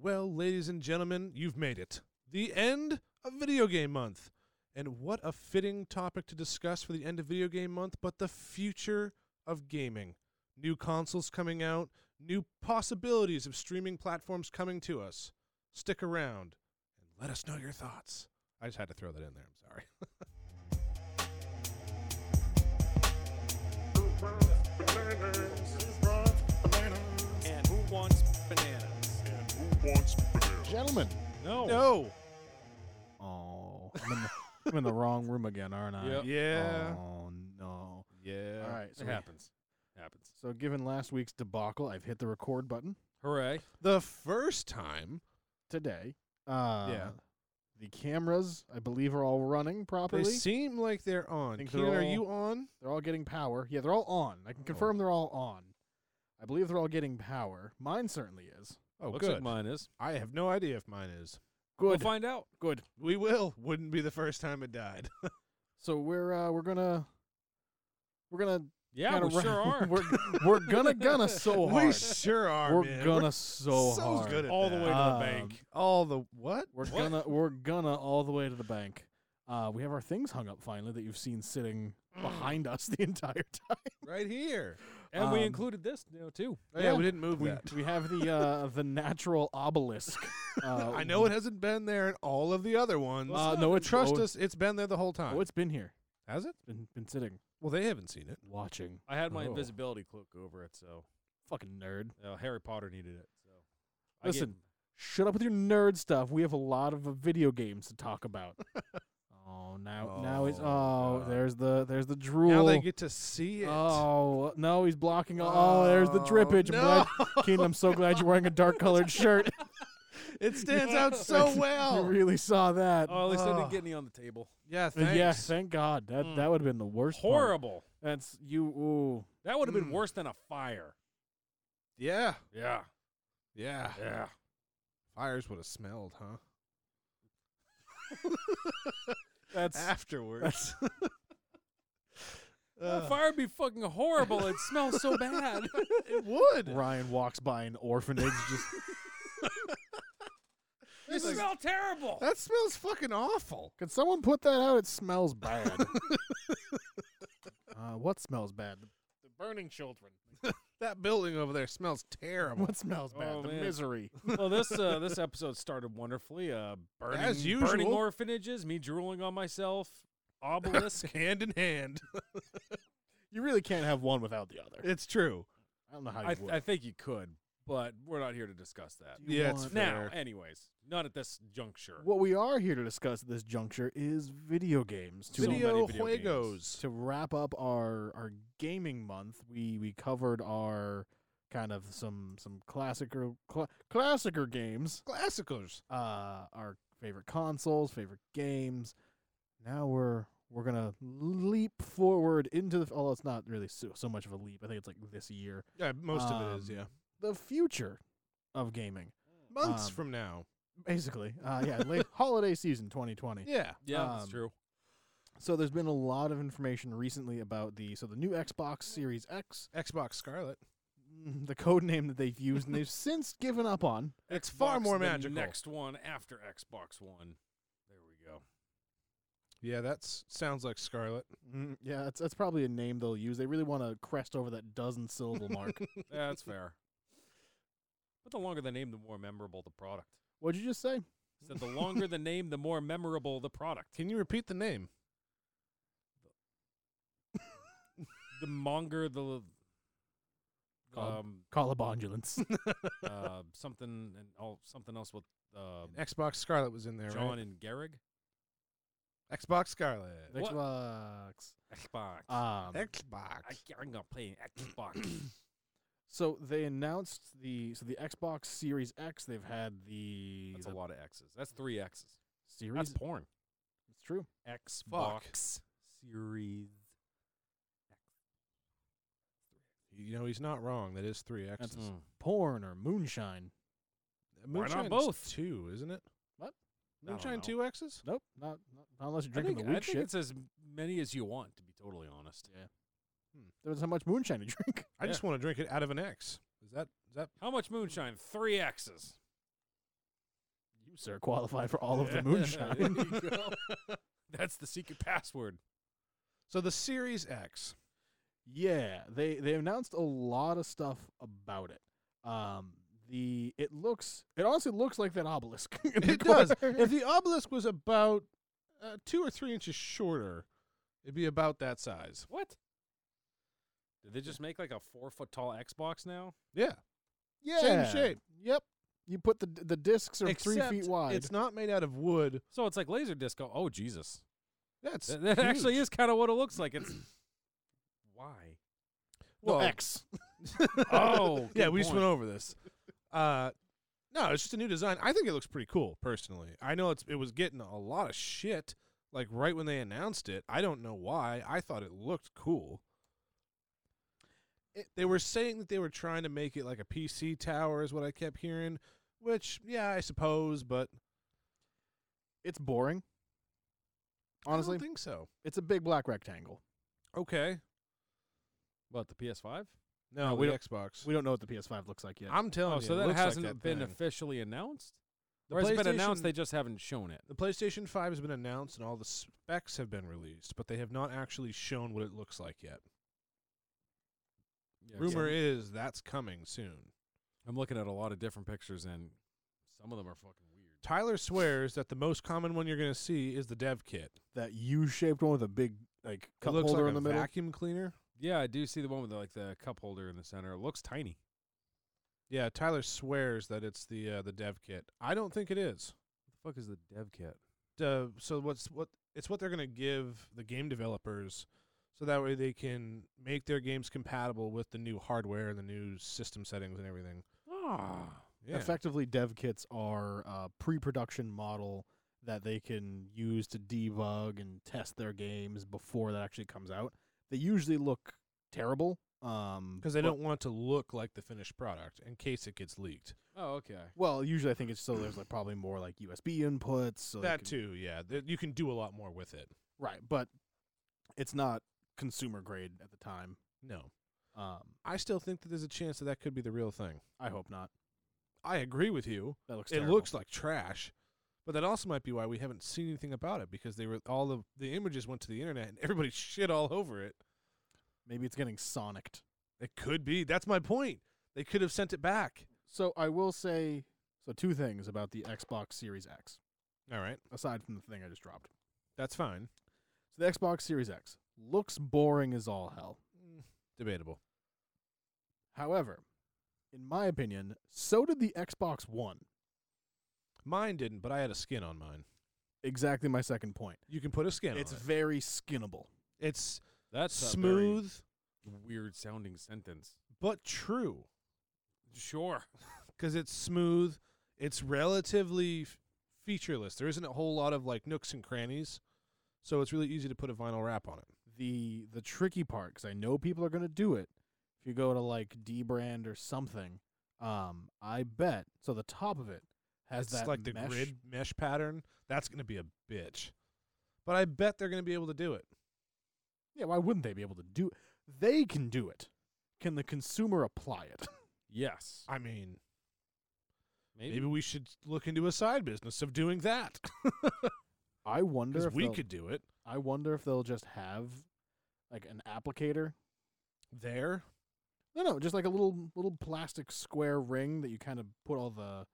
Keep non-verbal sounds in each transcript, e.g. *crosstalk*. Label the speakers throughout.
Speaker 1: Well, ladies and gentlemen, you've made it. The end of Video Game Month. And what a fitting topic to discuss for the end of Video Game Month, but the future of gaming. New consoles coming out, new possibilities of streaming platforms coming to us. Stick around and let us know your thoughts. I just had to throw that in there. I'm sorry.
Speaker 2: And who wants bananas?
Speaker 1: *laughs*
Speaker 3: Gentlemen.
Speaker 2: No.
Speaker 1: No.
Speaker 3: Oh, I'm in, the, I'm in the wrong room again, aren't I?
Speaker 2: Yep.
Speaker 1: Yeah.
Speaker 3: Oh no.
Speaker 2: Uh, Yeah.
Speaker 3: All right, so
Speaker 2: it
Speaker 3: we-
Speaker 2: happens. Happens.
Speaker 3: So given last week's debacle, I've hit the record button
Speaker 2: Hooray.
Speaker 1: The first time
Speaker 3: today. Uh, The cameras, I believe, are all running properly.
Speaker 1: they seem like they're on.
Speaker 3: Think
Speaker 1: Keenan,
Speaker 3: they're
Speaker 1: are
Speaker 3: all-
Speaker 1: you on?
Speaker 3: They're all getting power. Yeah, they're all on. I can confirm they're all on. I believe they're all getting power. Mine certainly is.
Speaker 1: Oh,
Speaker 2: Looks like mine is.
Speaker 1: I have no idea if mine is.
Speaker 3: Good.
Speaker 2: We'll find out.
Speaker 3: good.
Speaker 1: We will. Wouldn't be the first time it died.
Speaker 3: So we're uh, we're gonna we're gonna
Speaker 2: Yeah,
Speaker 3: kinda
Speaker 2: we sure
Speaker 3: ra-
Speaker 2: are.
Speaker 3: *laughs* we're we're gonna gonna so hard.
Speaker 1: we sure are.
Speaker 3: we're
Speaker 1: man.
Speaker 3: gonna so,
Speaker 1: so
Speaker 3: hard.
Speaker 1: good at
Speaker 2: all the
Speaker 1: that.
Speaker 2: way to the
Speaker 3: Um,
Speaker 2: bank.
Speaker 1: all the what?
Speaker 3: We're
Speaker 2: What?
Speaker 3: gonna we're gonna all the way to the bank. Uh, we have our things hung up finally that you've seen sitting
Speaker 1: Mm.
Speaker 3: behind us the entire *laughs* time.
Speaker 1: Right here.
Speaker 2: And we
Speaker 3: um,
Speaker 2: included this you know, too.
Speaker 1: Oh, yeah,
Speaker 3: Yeah.
Speaker 1: we didn't move
Speaker 3: We,
Speaker 1: that.
Speaker 3: we have the uh, the natural
Speaker 1: *laughs*
Speaker 3: obelisk. *laughs* Uh,
Speaker 1: I know it hasn't been there in all of the other ones.
Speaker 3: Uh, no,
Speaker 1: but
Speaker 3: it's
Speaker 1: trust
Speaker 3: oh, it-
Speaker 1: us, it's been there the whole time.
Speaker 3: Oh, it's been here.
Speaker 1: Has it?
Speaker 3: Been been sitting,
Speaker 1: Well, they haven't seen it.
Speaker 3: watching.
Speaker 2: I had my
Speaker 3: Oh.
Speaker 2: invisibility cloak over it, so
Speaker 3: Fucking nerd.
Speaker 2: uh, Harry Potter needed it. So I
Speaker 3: Listen,
Speaker 2: gave-
Speaker 3: Shut up with your nerd stuff. We have a lot of uh, video games to
Speaker 1: *laughs*
Speaker 3: talk about. oh, now now it's
Speaker 1: Oh,
Speaker 3: oh,
Speaker 1: God.
Speaker 3: there's the there's the drool.
Speaker 1: Now they get to see it.
Speaker 3: Oh no, he's blocking. Oh, there's the drippage. I'm
Speaker 1: *laughs*
Speaker 3: glad- Keenan, I'm so glad you're wearing a dark colored shirt.
Speaker 1: It stands out so
Speaker 3: *laughs* you
Speaker 1: well.
Speaker 3: really saw that.
Speaker 2: oh, at least I
Speaker 1: uh,
Speaker 2: didn't get any on the table.
Speaker 1: Yeah,
Speaker 3: Uh,
Speaker 1: thanks.
Speaker 3: yeah, thank God. That
Speaker 2: Mm.
Speaker 3: that would have been the worst. part.
Speaker 2: Horrible.
Speaker 3: That's you. Ooh.
Speaker 2: That would have been
Speaker 1: Mm.
Speaker 2: worse than a fire.
Speaker 1: yeah,
Speaker 2: Yeah.
Speaker 1: yeah.
Speaker 2: Yeah.
Speaker 1: Fires would have smelled, huh?
Speaker 3: That's
Speaker 2: Ah.
Speaker 1: Afterwards.
Speaker 2: A
Speaker 1: *laughs* Uh,
Speaker 2: fire would be fucking horrible. It
Speaker 3: *laughs*
Speaker 2: smells so bad.
Speaker 1: it would.
Speaker 3: Ryan walks by an orphanage. Just *laughs*
Speaker 2: it smells terrible.
Speaker 1: That smells fucking awful.
Speaker 3: can someone put that out? It smells bad. *laughs* uh, what smells bad? The burning children.
Speaker 1: That building over there smells *laughs* terrible.
Speaker 3: *laughs* What smells bad?
Speaker 2: Oh,
Speaker 3: the
Speaker 2: man.
Speaker 3: misery.
Speaker 2: well, this uh, this episode started wonderfully. Uh, burning,
Speaker 1: As
Speaker 2: burning
Speaker 1: usual.
Speaker 2: orphanages, me drooling on myself, obelisk.
Speaker 1: hand in hand.
Speaker 3: You really can't have one without the other.
Speaker 1: It's true.
Speaker 3: I don't know how you
Speaker 2: I, th-
Speaker 3: would.
Speaker 2: I think you could, but we're not here to discuss that
Speaker 3: You
Speaker 1: yeah, it's
Speaker 3: want-
Speaker 2: now.
Speaker 1: fair.
Speaker 2: Anyways, not at this juncture.
Speaker 3: what we are here to discuss at this juncture is video games. To
Speaker 2: So many
Speaker 1: video,
Speaker 2: video games.
Speaker 1: juegos.
Speaker 3: to wrap up our our gaming month, we we covered our kind of some some classicer cl- classicer games,
Speaker 1: Classicals.
Speaker 3: uh, our favorite consoles, favorite games. Now we're we're gonna leap forward into the. Although it's not really so, so much of a leap. I think it's like this year,
Speaker 1: Yeah, most of it is,
Speaker 3: Um,
Speaker 1: yeah.
Speaker 3: the future of gaming,
Speaker 1: Months
Speaker 3: um,
Speaker 1: from now.
Speaker 3: basically. Uh, yeah, late holiday season 2020.
Speaker 1: Yeah.
Speaker 2: Yeah, that's
Speaker 3: Um,
Speaker 2: true.
Speaker 3: So there's been a lot of information recently about the so the new Xbox Series X.
Speaker 1: Xbox Scarlet.
Speaker 3: mm, *laughs* the code name that they've used and they've since given up on.
Speaker 1: It's far
Speaker 2: Xbox,
Speaker 1: more
Speaker 2: the
Speaker 1: magical.
Speaker 2: Next one after Xbox One. There we go.
Speaker 1: Yeah, that sounds like Scarlet.
Speaker 2: Mm-hmm.
Speaker 3: Mm, yeah, that's that's probably a name they'll use. They really want to crest over that dozen syllable
Speaker 2: *laughs*
Speaker 3: mark.
Speaker 2: Yeah,
Speaker 1: *laughs*
Speaker 2: that's fair. But the longer the name, the more memorable the product.
Speaker 3: What'd you just say?
Speaker 2: So the longer the name, the more memorable the product.
Speaker 1: Can you repeat the name?
Speaker 2: The monger the
Speaker 3: Called-
Speaker 2: um
Speaker 3: Call a
Speaker 2: *laughs*
Speaker 3: ambulance.
Speaker 2: uh something and all something else with uh
Speaker 1: Xbox Scarlet was in there,
Speaker 2: John and Gehrig.
Speaker 1: right? Xbox Scarlet.
Speaker 2: What?
Speaker 3: Xbox.
Speaker 2: Xbox.
Speaker 1: Uh,
Speaker 3: Um,
Speaker 1: Xbox.
Speaker 2: I, I'm gonna play an Xbox.
Speaker 3: so they announced the so the Xbox Series X. They've had the,
Speaker 2: That's a
Speaker 3: the
Speaker 2: lot of X's. That's three X's.
Speaker 3: Series.
Speaker 2: That's porn.
Speaker 3: it's true.
Speaker 2: Xbox Series.
Speaker 1: You know, he's not wrong. That is three X's.
Speaker 3: That's-
Speaker 2: Hmm.
Speaker 3: Porn or moonshine?
Speaker 2: why not
Speaker 1: Moonshine's
Speaker 2: both?
Speaker 1: Two, isn't it?
Speaker 3: What?
Speaker 2: I don't
Speaker 1: Moonshine
Speaker 2: know.
Speaker 1: two X's?
Speaker 3: Nope. Not, not, not unless you're
Speaker 2: I
Speaker 3: drinking
Speaker 2: think,
Speaker 3: the
Speaker 2: I
Speaker 3: weak
Speaker 2: think
Speaker 3: shit.
Speaker 2: it's as many as you want, to be totally honest.
Speaker 3: Depends how much moonshine you *laughs* drink.
Speaker 1: I just want to drink it out of an X. Is that is that
Speaker 2: How much moonshine? Three X's.
Speaker 3: sir qualify for
Speaker 2: *laughs*
Speaker 3: all of
Speaker 2: Yeah.
Speaker 3: the moonshine.
Speaker 2: There you go. *laughs* That's the secret password.
Speaker 1: So the Series X.
Speaker 3: yeah, they they announced a lot of stuff about it. Um, the it looks it honestly looks like that obelisk. *laughs* in
Speaker 1: *laughs*
Speaker 3: the
Speaker 1: It does.
Speaker 3: corner.
Speaker 1: If the obelisk was about uh, two or three inches shorter, it'd be about that size.
Speaker 2: What? Did they just make like a four foot tall Xbox now?
Speaker 1: Yeah.
Speaker 3: yeah,
Speaker 1: shape.
Speaker 3: Yep. You put the the discs are three
Speaker 1: Except
Speaker 3: feet wide.
Speaker 1: It's not made out of wood.
Speaker 2: So it's like laser disc. Oh, oh Jesus.
Speaker 1: That's
Speaker 2: That, that actually
Speaker 1: huge.
Speaker 2: is kind of what it looks like. It's why?
Speaker 3: well,
Speaker 1: well,
Speaker 3: X.
Speaker 2: Oh,
Speaker 1: yeah,
Speaker 2: good
Speaker 1: we just went
Speaker 2: point.
Speaker 1: over this. Uh, no, it's just a new design. I think it looks pretty cool, personally. I know it's it was getting a lot of shit like right when they announced it. I don't know why. I thought it looked cool.
Speaker 3: It-
Speaker 1: they were saying that they were trying to make it like a PC tower, is what I kept hearing. Which, yeah, I suppose, but
Speaker 3: It's boring.
Speaker 1: I
Speaker 3: Honestly,
Speaker 1: don't think so.
Speaker 3: it's a big black rectangle.
Speaker 1: Okay,
Speaker 2: What the PS5?
Speaker 1: no,
Speaker 3: No, we
Speaker 1: with
Speaker 3: don't-
Speaker 1: Xbox.
Speaker 3: We don't know what the PS5 looks like yet.
Speaker 1: I'm telling
Speaker 2: Oh,
Speaker 1: you,
Speaker 2: so
Speaker 1: it
Speaker 2: that
Speaker 1: looks like
Speaker 2: hasn't
Speaker 1: that
Speaker 2: been
Speaker 1: thing.
Speaker 2: officially announced.
Speaker 1: The
Speaker 2: or has it been
Speaker 1: PlayStation
Speaker 2: announced? They just haven't shown it.
Speaker 1: The PlayStation 5 has been announced and all the specs have been released, but they have not actually shown what it looks like yet.
Speaker 2: Yeah, 'cause
Speaker 1: Rumor
Speaker 2: I'm-
Speaker 1: is that's coming soon.
Speaker 2: I'm looking at a lot of different pictures, and some of them are fucking weird.
Speaker 1: Tyler swears that the most common one you're going to see is the dev kit.
Speaker 3: that U-shaped one with a big like
Speaker 1: It
Speaker 3: cup
Speaker 1: looks
Speaker 3: holder
Speaker 1: like
Speaker 3: in the
Speaker 1: a
Speaker 3: middle.
Speaker 1: vacuum cleaner.
Speaker 2: Yeah, I do see the one with like the cup holder in the center. It looks tiny.
Speaker 1: Yeah, Tyler swears that it's the uh, the dev kit. I don't think it is.
Speaker 2: What the fuck is the dev kit?
Speaker 1: Uh, so what's what it's what they're going to give the game developers so that way they can make their games compatible with the new hardware and the new system settings and everything.
Speaker 2: Ah,
Speaker 1: Yeah.
Speaker 3: Effectively, dev kits are a pre-production model that they can use to debug and test their games before that actually comes out. They usually look terrible um,
Speaker 1: because they
Speaker 3: but-
Speaker 1: don't want to look like the finished product in case it gets leaked.
Speaker 2: Oh, okay.
Speaker 3: Well, usually I think it's so there's like probably more like USB inputs. So they
Speaker 1: that
Speaker 3: can-
Speaker 1: too, yeah. Th- you can do a lot more with it.
Speaker 3: right? But it's not consumer grade at the time.
Speaker 1: No,
Speaker 3: Um,
Speaker 1: I still think that there's a chance that that could be the real thing.
Speaker 3: I hope not.
Speaker 1: I agree with you.
Speaker 3: That looks.
Speaker 1: it
Speaker 3: terrible.
Speaker 1: looks like trash, but that also might be why we haven't seen anything about it because they were all the the images went to the internet and everybody *laughs* shit all over it.
Speaker 3: maybe it's getting sonicked.
Speaker 1: It could be. That's my point. They could have sent it back.
Speaker 3: So I will say so two things about the Xbox Series X,
Speaker 1: All right,
Speaker 3: aside from the thing I just dropped.
Speaker 1: that's fine.
Speaker 3: So the Xbox Series X looks boring as all hell.
Speaker 1: Mm, Debatable.
Speaker 3: However, in my opinion, so did the Xbox One.
Speaker 1: Mine didn't, but I had a skin on mine.
Speaker 3: Exactly my second point.
Speaker 1: You can put a skin
Speaker 3: it's
Speaker 1: on it.
Speaker 3: very skinnable.
Speaker 1: It's
Speaker 2: That's a very
Speaker 1: smooth
Speaker 2: weird sounding sentence.
Speaker 1: but true.
Speaker 2: Sure.
Speaker 1: because it's smooth. It's relatively f- featureless. There isn't a whole lot of like nooks and crannies, so it's really easy to put a vinyl wrap on it.
Speaker 3: The the tricky part, because I know people are gonna do it. If you go to like D brand or something, um, I bet. So the top of it has
Speaker 1: it's
Speaker 3: that
Speaker 1: like the
Speaker 3: mesh-
Speaker 1: grid mesh pattern. That's gonna be a bitch, but I bet they're gonna be able to do it.
Speaker 3: Yeah, why wouldn't they be able to do? They can do it. Can the consumer apply it? *laughs*
Speaker 2: Yes.
Speaker 1: I mean,
Speaker 2: Maybe.
Speaker 1: maybe, we should look into a side business of doing that
Speaker 3: I wonder
Speaker 1: because
Speaker 3: if
Speaker 1: we
Speaker 3: they'll-
Speaker 1: could do it
Speaker 3: I wonder if they'll just have like an applicator.
Speaker 1: there.
Speaker 3: No, no, just like a little little plastic square ring that you kind of put all the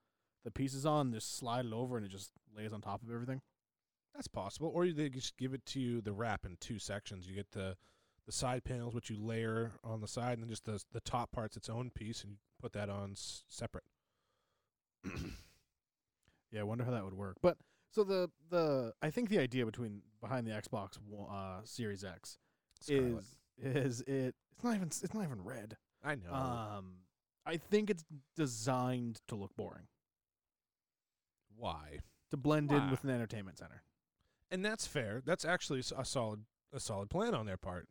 Speaker 3: the pieces on, just slide it over, and it just lays on top of everything.
Speaker 1: That's possible, or they could just give it to you the wrap in two sections. You get the the side panels, which you layer on the side, and then just the the top part's its own piece, and you put that on s- separate.
Speaker 3: Yeah, I wonder how that would work. But so the the I think the idea between behind the Xbox One- uh, Series X
Speaker 1: Scarlet.
Speaker 3: is is it it's not even it's not even red.
Speaker 1: I know.
Speaker 3: Um, I think it's designed to look boring,
Speaker 1: Why?
Speaker 3: to blend in
Speaker 2: Why?
Speaker 3: with an entertainment center.
Speaker 1: And that's fair. That's actually s- a solid a solid plan on their part.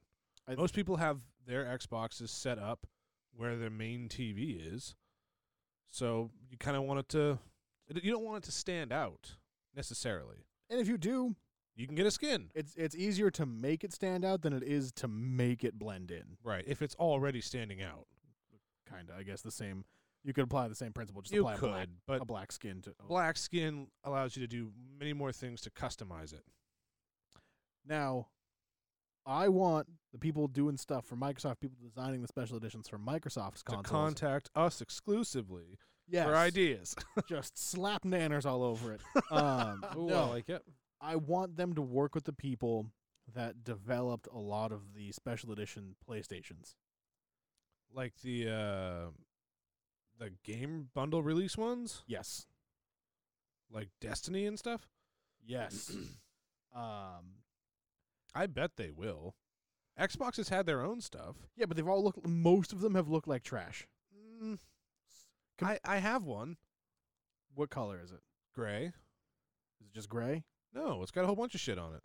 Speaker 3: I-
Speaker 1: Most people have their Xboxes set up where their main TV is, so you kind of want it to. You don't want it to stand out necessarily.
Speaker 3: And if you do,
Speaker 1: You can get a skin,
Speaker 3: it's it's easier to make it stand out than it is to make it blend in.
Speaker 1: right? If it's already standing out.
Speaker 3: Kinda, I guess the same You could apply the same principle, just
Speaker 1: you
Speaker 3: apply
Speaker 1: could,
Speaker 3: a black,
Speaker 1: but
Speaker 3: a black skin to
Speaker 1: black skin allows you to do many more things to customize it.
Speaker 3: Now, I want the people doing stuff for Microsoft, people designing the special editions for Microsoft's consoles.
Speaker 1: To contact us exclusively
Speaker 3: yes,
Speaker 1: for *laughs* ideas.
Speaker 3: *laughs* just slap nanners all over
Speaker 1: *laughs*
Speaker 3: it. Um,
Speaker 2: Ooh, I
Speaker 3: no,
Speaker 2: like it.
Speaker 3: I want them to work with the people that developed a lot of the special edition PlayStations.
Speaker 1: like the uh the game bundle release ones,
Speaker 3: Yes,
Speaker 1: like Destiny and stuff. *clears throat*
Speaker 3: yes. um,
Speaker 1: I bet they will. Xbox has had their own stuff.
Speaker 3: yeah, but they've all looked. Most of them have looked like trash.
Speaker 1: Mm, I I have one
Speaker 3: What color is it?
Speaker 1: gray.
Speaker 3: Is it just gray?
Speaker 1: No, it's got a whole bunch of shit on it.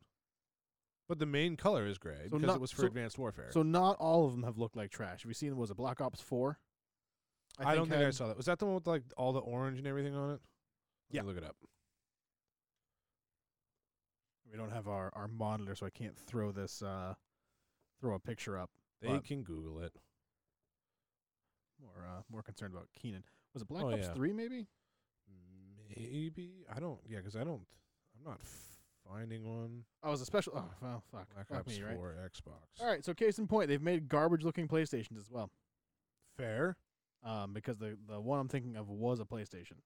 Speaker 1: But the main color is gray
Speaker 3: So
Speaker 1: because
Speaker 3: not-
Speaker 1: it was for
Speaker 3: so-
Speaker 1: Advanced Warfare.
Speaker 3: So not all of them have looked like trash. Have you seen was it Black Ops Four?
Speaker 1: I, don't think I
Speaker 3: had-
Speaker 1: saw that. Was that the one with like all the orange and everything on it? Let
Speaker 3: Yeah.
Speaker 1: me look it up.
Speaker 3: We don't have our, our monitor, so I can't throw this uh, throw a picture up.
Speaker 1: They
Speaker 3: But-
Speaker 1: can Google it.
Speaker 3: More uh, more concerned about Keenan. Was it Black
Speaker 1: Oh,
Speaker 3: Ops
Speaker 1: yeah.
Speaker 3: Three? Maybe
Speaker 1: Maybe I don't. Yeah, because I don't. I'm not finding one.
Speaker 3: oh, it was a special. Oh well, fuck.
Speaker 1: Black
Speaker 3: fuck
Speaker 1: Ops
Speaker 3: me, right?
Speaker 1: Four Xbox.
Speaker 3: All right. So case in point, they've made garbage looking PlayStations as well,
Speaker 1: Fair.
Speaker 3: um, because the the one I'm thinking of was a PlayStation.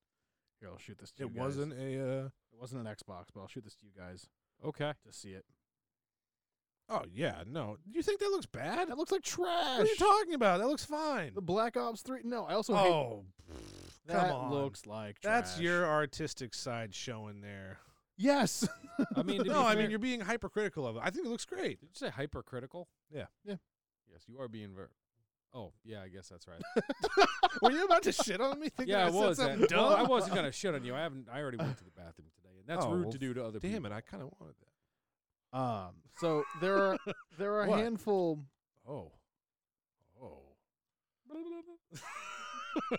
Speaker 3: Here, I'll shoot this. To
Speaker 1: It
Speaker 3: you guys.
Speaker 1: wasn't a. Uh,
Speaker 3: It wasn't an Xbox, but I'll shoot this to you guys
Speaker 2: Okay.
Speaker 3: to see it.
Speaker 1: oh yeah, no. Do you think that looks bad?
Speaker 3: That looks like trash.
Speaker 1: What are you talking about? That looks fine.
Speaker 3: the Black Ops Three. No, I also hate.
Speaker 1: oh, pff,
Speaker 3: That
Speaker 1: come on.
Speaker 3: looks like trash.
Speaker 1: That's your artistic side showing there. *laughs*
Speaker 3: yes.
Speaker 2: I mean, to be
Speaker 1: No, I
Speaker 2: fair-
Speaker 1: mean you're being hypercritical of it. I think it looks great.
Speaker 2: Did you say hypercritical?
Speaker 1: Yeah.
Speaker 3: Yeah.
Speaker 2: Yes, you are being ver. Oh, yeah, I guess that's right.
Speaker 1: Were you about to shit on me? Thinking
Speaker 2: *laughs* yeah,
Speaker 1: I
Speaker 2: I was.
Speaker 1: Said
Speaker 2: That,
Speaker 1: something
Speaker 2: well, I
Speaker 1: dumb?
Speaker 2: wasn't gonna shit on you. I haven't. I already went to the bathroom today, and that's
Speaker 1: Oh,
Speaker 2: rude
Speaker 1: well,
Speaker 2: to do to other
Speaker 1: Damn
Speaker 2: people.
Speaker 1: it! I kind of wanted that.
Speaker 3: Um, so there are there are
Speaker 1: *laughs*
Speaker 3: a
Speaker 1: What?
Speaker 3: handful.
Speaker 1: Oh. Oh.
Speaker 3: So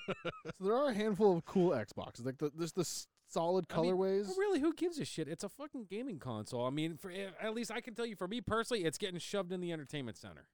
Speaker 3: there are a handful of cool Xboxes, like the, there's the s- solid
Speaker 2: I mean,
Speaker 3: colorways.
Speaker 2: But really, who gives a shit? It's a fucking gaming console. I mean, for eh, at least I can tell you, for me personally, it's getting shoved in the entertainment center,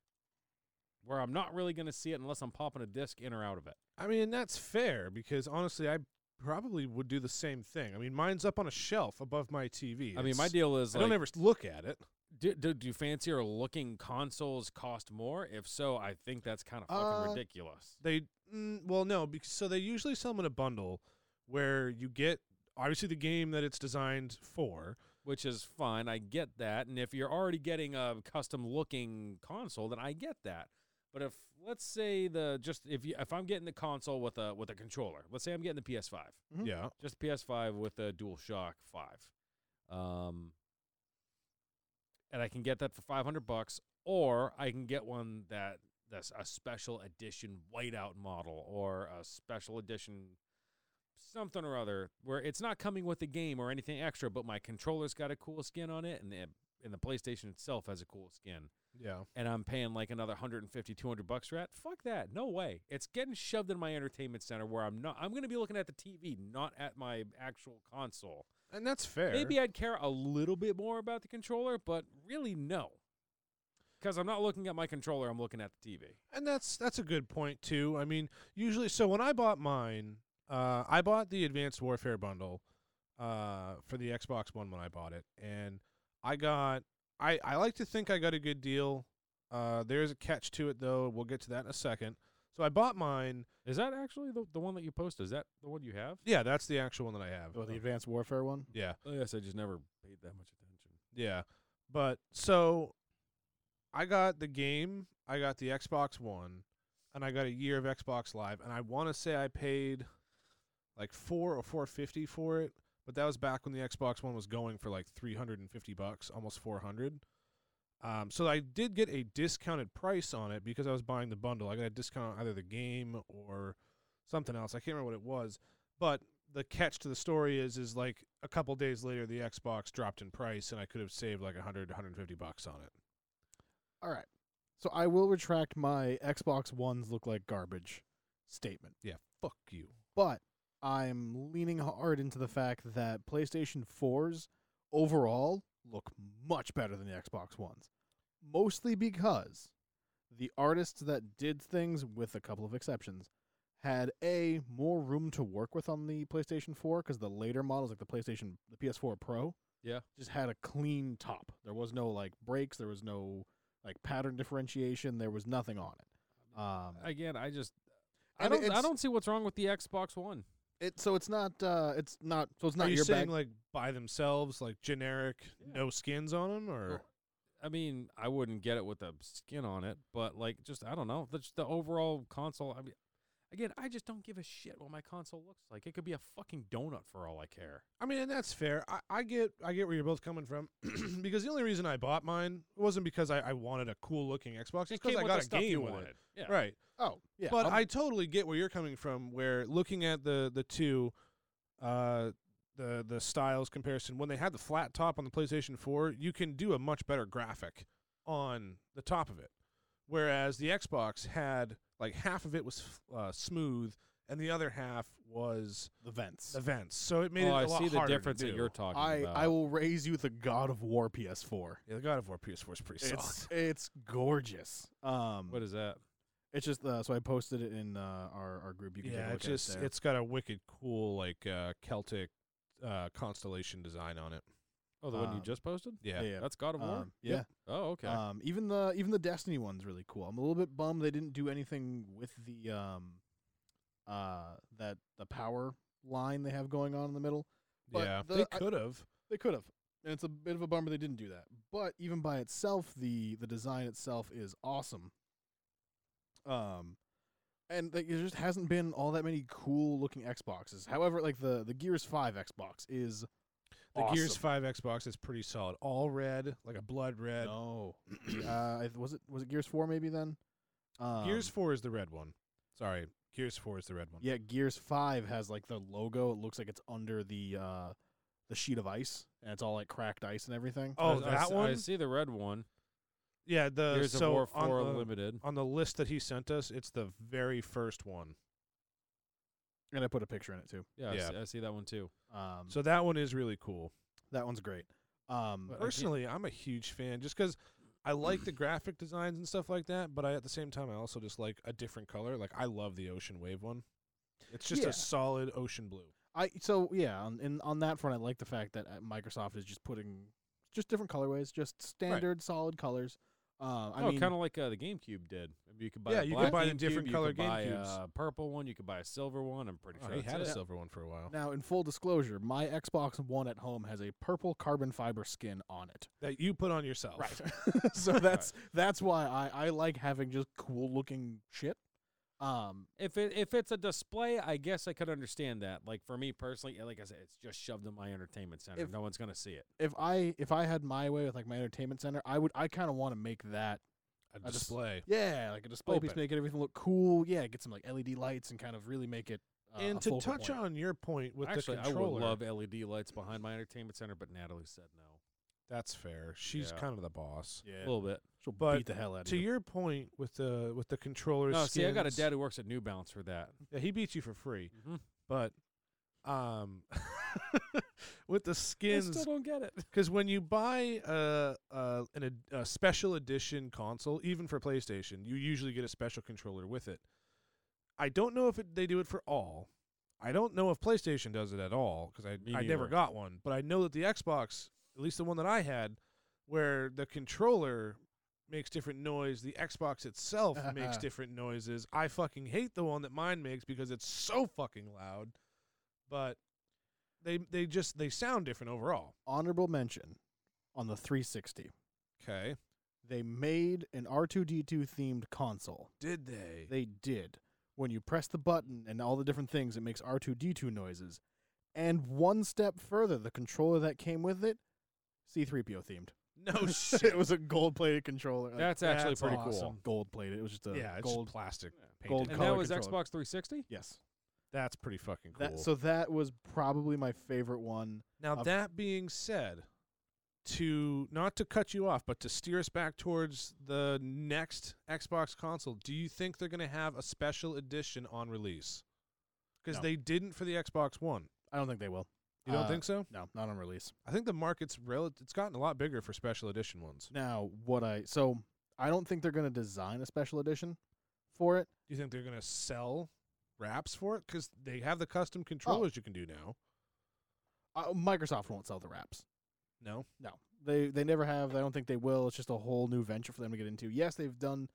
Speaker 2: where I'm not really gonna see it unless I'm popping a disc in or out of it.
Speaker 1: I mean, that's fair because honestly, I probably would do the same thing. I mean, mine's up on a shelf above my TV.
Speaker 2: I mean, my
Speaker 1: It's-
Speaker 2: deal is
Speaker 1: I
Speaker 2: like,
Speaker 1: don't ever s- look at it.
Speaker 2: do, do, do fancier looking consoles cost more? If so, I think that's kind of fucking
Speaker 3: Uh,
Speaker 2: ridiculous.
Speaker 1: They mm, well, no, because so they usually sell them in a bundle where you get obviously the game that it's designed for.
Speaker 2: which is fine. I get that. And if you're already getting a custom looking console, then I get that. But if let's say the just if you if I'm getting the console with a with a controller, let's say I'm getting the PS5,
Speaker 3: Hmm.
Speaker 1: Yeah,
Speaker 2: just PS5 with a DualShock 5, um, and I can get that for 500 bucks, or I can get one that that's a special edition whiteout model or a special edition something or other where it's not coming with a game or anything extra, but my controller's got a cool skin on it, and the and the PlayStation itself has a cool skin,
Speaker 1: yeah.
Speaker 2: and I'm paying like another 150, 200 bucks for that. Fuck that, no way. It's getting shoved in my entertainment center where I'm not. I'm gonna be looking at the TV, not at my actual console.
Speaker 1: And that's fair.
Speaker 2: Maybe I'd care a little bit more about the controller, but really no. Because I'm not looking at my controller, I'm looking at the TV.
Speaker 1: and that's that's a good point too. I mean, usually, so when I bought mine, uh, I bought the Advanced Warfare bundle uh, for the Xbox One when I bought it, and I got I I like to think I got a good deal. Uh, there's a catch to it though. We'll get to that in a second. So I bought mine.
Speaker 2: Is that actually the, the one that you posted? Is that the one you have?
Speaker 1: Yeah, that's the actual one that I have. Uh,
Speaker 3: oh, the Advanced Warfare one.
Speaker 1: yeah.
Speaker 2: Oh, yes, I just never paid that much attention.
Speaker 1: Yeah. But so I got the game, I got the Xbox One, and I got a year of Xbox Live, and I want to say I paid like 4 or 450 for it, but that was back when the Xbox One was going for like 350 bucks, almost 400. Um, so I did get a discounted price on it because I was buying the bundle. I got a discount on either the game or something else. I can't remember what it was, but the catch to the story is is like a couple days later the Xbox dropped in price and I could have saved like 100 150 bucks on it.
Speaker 3: All right. So I will retract my Xbox Ones look like garbage statement,
Speaker 1: Yeah, fuck you.
Speaker 3: but I'm leaning hard into the fact that PlayStation Fours overall look much better than the Xbox Ones, mostly because the artists that did things, with a couple of exceptions, had a more room to work with on the PlayStation 4 because the later models, like the PlayStation, the PS4 Pro,
Speaker 2: Yeah.
Speaker 3: just had a clean top. There was no like breaks, there was no like pattern differentiation, there was nothing on it. Um,
Speaker 2: Again, I just I
Speaker 3: And
Speaker 2: don't I
Speaker 3: it's-
Speaker 2: don't see what's wrong with the Xbox One.
Speaker 3: it so it's not uh, it's not so it's
Speaker 1: Are
Speaker 3: not
Speaker 1: you
Speaker 3: your
Speaker 1: saying
Speaker 3: bag.
Speaker 1: like by themselves, like generic,
Speaker 2: Yeah.
Speaker 1: no skins on them, or
Speaker 2: I mean, I wouldn't get it with the skin on it, but like, just I don't know. The, just the overall console. I mean, again, I just don't give a shit what my console looks like. It could be a fucking donut for all I care.
Speaker 1: I mean, and that's fair. I, I get I get where you're both coming from *clears throat* because the only reason I bought mine wasn't because I, I wanted a cool looking Xbox. It's because
Speaker 2: came
Speaker 1: I
Speaker 2: with
Speaker 1: got
Speaker 2: the
Speaker 1: a
Speaker 2: stuff you
Speaker 1: game with
Speaker 2: wanted.
Speaker 1: it,
Speaker 2: Yeah.
Speaker 1: right?
Speaker 3: oh yeah,
Speaker 1: but
Speaker 3: I'm-
Speaker 1: i totally get where you're coming from. Where looking at the the two, uh, the the styles comparison, when they had the flat top on the PlayStation Four, you can do a much better graphic on the top of it, whereas the Xbox had like half of it was f- uh, smooth and the other half was
Speaker 3: the vents.
Speaker 1: events. So it made
Speaker 2: oh,
Speaker 1: it a
Speaker 2: I
Speaker 1: lot
Speaker 2: see the
Speaker 1: harder to
Speaker 2: difference that
Speaker 1: do.
Speaker 2: you're talking
Speaker 3: I
Speaker 2: about.
Speaker 3: I will raise you the God of War PS4.
Speaker 1: Yeah, the God of War PS4 is pretty solid.
Speaker 3: It's it's gorgeous. Um,
Speaker 2: what is that?
Speaker 3: it's just uh, so I posted it in uh, our our group. You can
Speaker 1: yeah,
Speaker 3: take a
Speaker 1: it
Speaker 3: look at
Speaker 1: just
Speaker 3: it there.
Speaker 1: it's got a wicked cool like uh, Celtic uh, constellation design on it.
Speaker 2: Oh, the one you
Speaker 3: um,
Speaker 2: just posted.
Speaker 1: Yeah.
Speaker 3: yeah,
Speaker 2: That's God of War.
Speaker 3: Um, yeah.
Speaker 2: Oh, okay.
Speaker 3: Um, even the even the Destiny one's really cool. I'm a little bit bummed they didn't do anything with the um, uh, that the power line they have going on in the middle. But
Speaker 1: yeah,
Speaker 3: the-
Speaker 1: they
Speaker 3: I-
Speaker 1: could have.
Speaker 3: They could have, and it's a bit of a bummer they didn't do that. But even by itself, the the design itself is awesome. Um, and like, there just hasn't been all that many cool looking Xboxes. However, like the the Gears Five Xbox is
Speaker 1: The Gears
Speaker 3: awesome.
Speaker 1: Five Xbox is pretty solid. All red, like a blood red.
Speaker 3: No, *clears throat* uh, I- was it was it Gears Four maybe then? Um,
Speaker 1: Gears Four is the red one. Sorry, Gears Four is the red one.
Speaker 3: Yeah, Gears Five has like the logo. It looks like it's under the uh, the sheet of ice, and it's all like cracked ice and everything.
Speaker 2: I-
Speaker 1: Oh,
Speaker 2: I
Speaker 1: that
Speaker 2: s- I
Speaker 1: one.
Speaker 2: see the red one.
Speaker 1: yeah, the
Speaker 2: Here's
Speaker 1: so
Speaker 2: a War
Speaker 1: on
Speaker 2: Four
Speaker 1: the-
Speaker 2: Limited.
Speaker 1: on the list that he sent us, it's the very first one.
Speaker 2: Mm-hmm.
Speaker 3: And I put a picture in it too.
Speaker 2: Yeah, I,
Speaker 1: Yeah.
Speaker 2: see, I see that one too.
Speaker 3: Um, so
Speaker 1: So that one is really cool.
Speaker 3: that one's great. Um,
Speaker 2: But I can't-
Speaker 1: Personally, I'm a huge fan just because I like the graphic designs and stuff like that. But I, at the same time, I also just like a different color. Like I love the ocean wave one. It's just
Speaker 3: Yeah.
Speaker 1: a solid ocean blue.
Speaker 3: I so yeah, on in, on that front, I like the fact that uh, Microsoft is just putting just different colorways, just standard solid colors. Uh, I
Speaker 2: oh,
Speaker 3: mean,
Speaker 2: kind of like uh, the GameCube did. You could buy
Speaker 1: Yeah,
Speaker 2: a
Speaker 1: you could
Speaker 2: black
Speaker 1: buy the
Speaker 2: GameCube,
Speaker 1: different
Speaker 2: you
Speaker 1: color
Speaker 2: could buy
Speaker 1: GameCubes.
Speaker 2: a purple one. You could buy a silver one. I'm pretty
Speaker 1: Oh,
Speaker 2: sure
Speaker 1: he
Speaker 2: that's
Speaker 1: had a
Speaker 2: it.
Speaker 1: silver one for a while.
Speaker 3: now in full disclosure, my Xbox One at home has a purple carbon fiber skin on it.
Speaker 1: That you put on yourself. *laughs*
Speaker 3: Right. *laughs* so that's that's why I, I like having just cool looking shit. Um,
Speaker 2: If it if it's a display, I guess I could understand that. Like for me personally, like I said, it's just shoved in my entertainment center.
Speaker 3: If-
Speaker 2: no one's gonna see it.
Speaker 3: if I if I had my way with like my entertainment center, I would I kind of want to make that
Speaker 1: A
Speaker 3: dis-
Speaker 1: display.
Speaker 3: yeah like a display piece,
Speaker 1: Open.
Speaker 3: make it everything look cool. Yeah, get some like LED lights and kind of really make it. Uh,
Speaker 1: and
Speaker 3: a
Speaker 1: to
Speaker 3: focal
Speaker 1: touch
Speaker 3: point.
Speaker 1: on your point with
Speaker 2: Actually,
Speaker 1: the
Speaker 2: I
Speaker 1: controller,
Speaker 2: would love LED lights behind my entertainment center, but Natalie said no.
Speaker 1: that's fair. She's
Speaker 2: Yeah.
Speaker 1: kind of the boss.
Speaker 3: yeah,
Speaker 2: A little bit.
Speaker 3: she'll
Speaker 1: but
Speaker 3: beat the hell out of
Speaker 1: To
Speaker 3: you.
Speaker 1: your point with the with the controllers,
Speaker 2: No, see, I got a
Speaker 1: skins,
Speaker 2: dad who works at New Balance for that.
Speaker 1: Yeah, he beats you for free,
Speaker 2: Mm-hmm.
Speaker 1: but um, *laughs* with the skins,
Speaker 2: don't get it.
Speaker 1: because when you buy a a, an, ed- a special edition console, even for PlayStation, you usually get a special controller with it. I don't know if it, they do it for all. I don't know if PlayStation does it at all because
Speaker 2: Me
Speaker 1: I I never
Speaker 2: neither.
Speaker 1: got one, but I know that the Xbox, at least the one that I had, where the controller makes different noise, the Xbox
Speaker 2: *laughs*
Speaker 1: itself makes different noises. I fucking hate the one that mine makes because it's so fucking loud. But they they just they sound different overall.
Speaker 3: Honorable mention on the 360,
Speaker 1: Okay.
Speaker 3: they made an R2D2 themed console.
Speaker 1: Did they?
Speaker 3: They did. When you press the button and all the different things, it makes R2D2 noises. And one step further, the controller that came with it, C3PO themed.
Speaker 1: No *laughs*
Speaker 3: *laughs*
Speaker 1: shit.
Speaker 3: it was a gold plated controller. Like,
Speaker 2: That's actually
Speaker 1: that's
Speaker 2: pretty
Speaker 1: awesome.
Speaker 3: Gold plated. It was just a
Speaker 1: yeah, it's
Speaker 3: gold.
Speaker 1: just plastic.
Speaker 3: Gold
Speaker 2: cool.
Speaker 1: painted.
Speaker 2: And
Speaker 3: color
Speaker 2: that was
Speaker 3: controller.
Speaker 2: Xbox 360.
Speaker 3: yes.
Speaker 1: That's pretty fucking cool.
Speaker 3: That, so that was probably my favorite one.
Speaker 1: now
Speaker 3: I've-
Speaker 1: that being said, to not to cut you off, but to steer us back towards the next Xbox console, do you think they're going to have a special edition on release? Because
Speaker 3: No.
Speaker 1: they didn't for the Xbox One.
Speaker 3: I don't think they will.
Speaker 1: You don't
Speaker 3: Uh,
Speaker 1: think so?
Speaker 3: No, not on release.
Speaker 1: I think the market's rel- it's gotten a lot bigger for special edition ones.
Speaker 3: Now, what I. So I don't think they're going to design a special edition for it.
Speaker 1: Do you think they're going to sell wraps for it because they have the custom controllers you can do now.
Speaker 3: Uh, Microsoft won't sell the wraps.
Speaker 1: No,
Speaker 3: No, they they never have. I don't think they will. It's just a whole new venture for them to get into. Yes, they've done.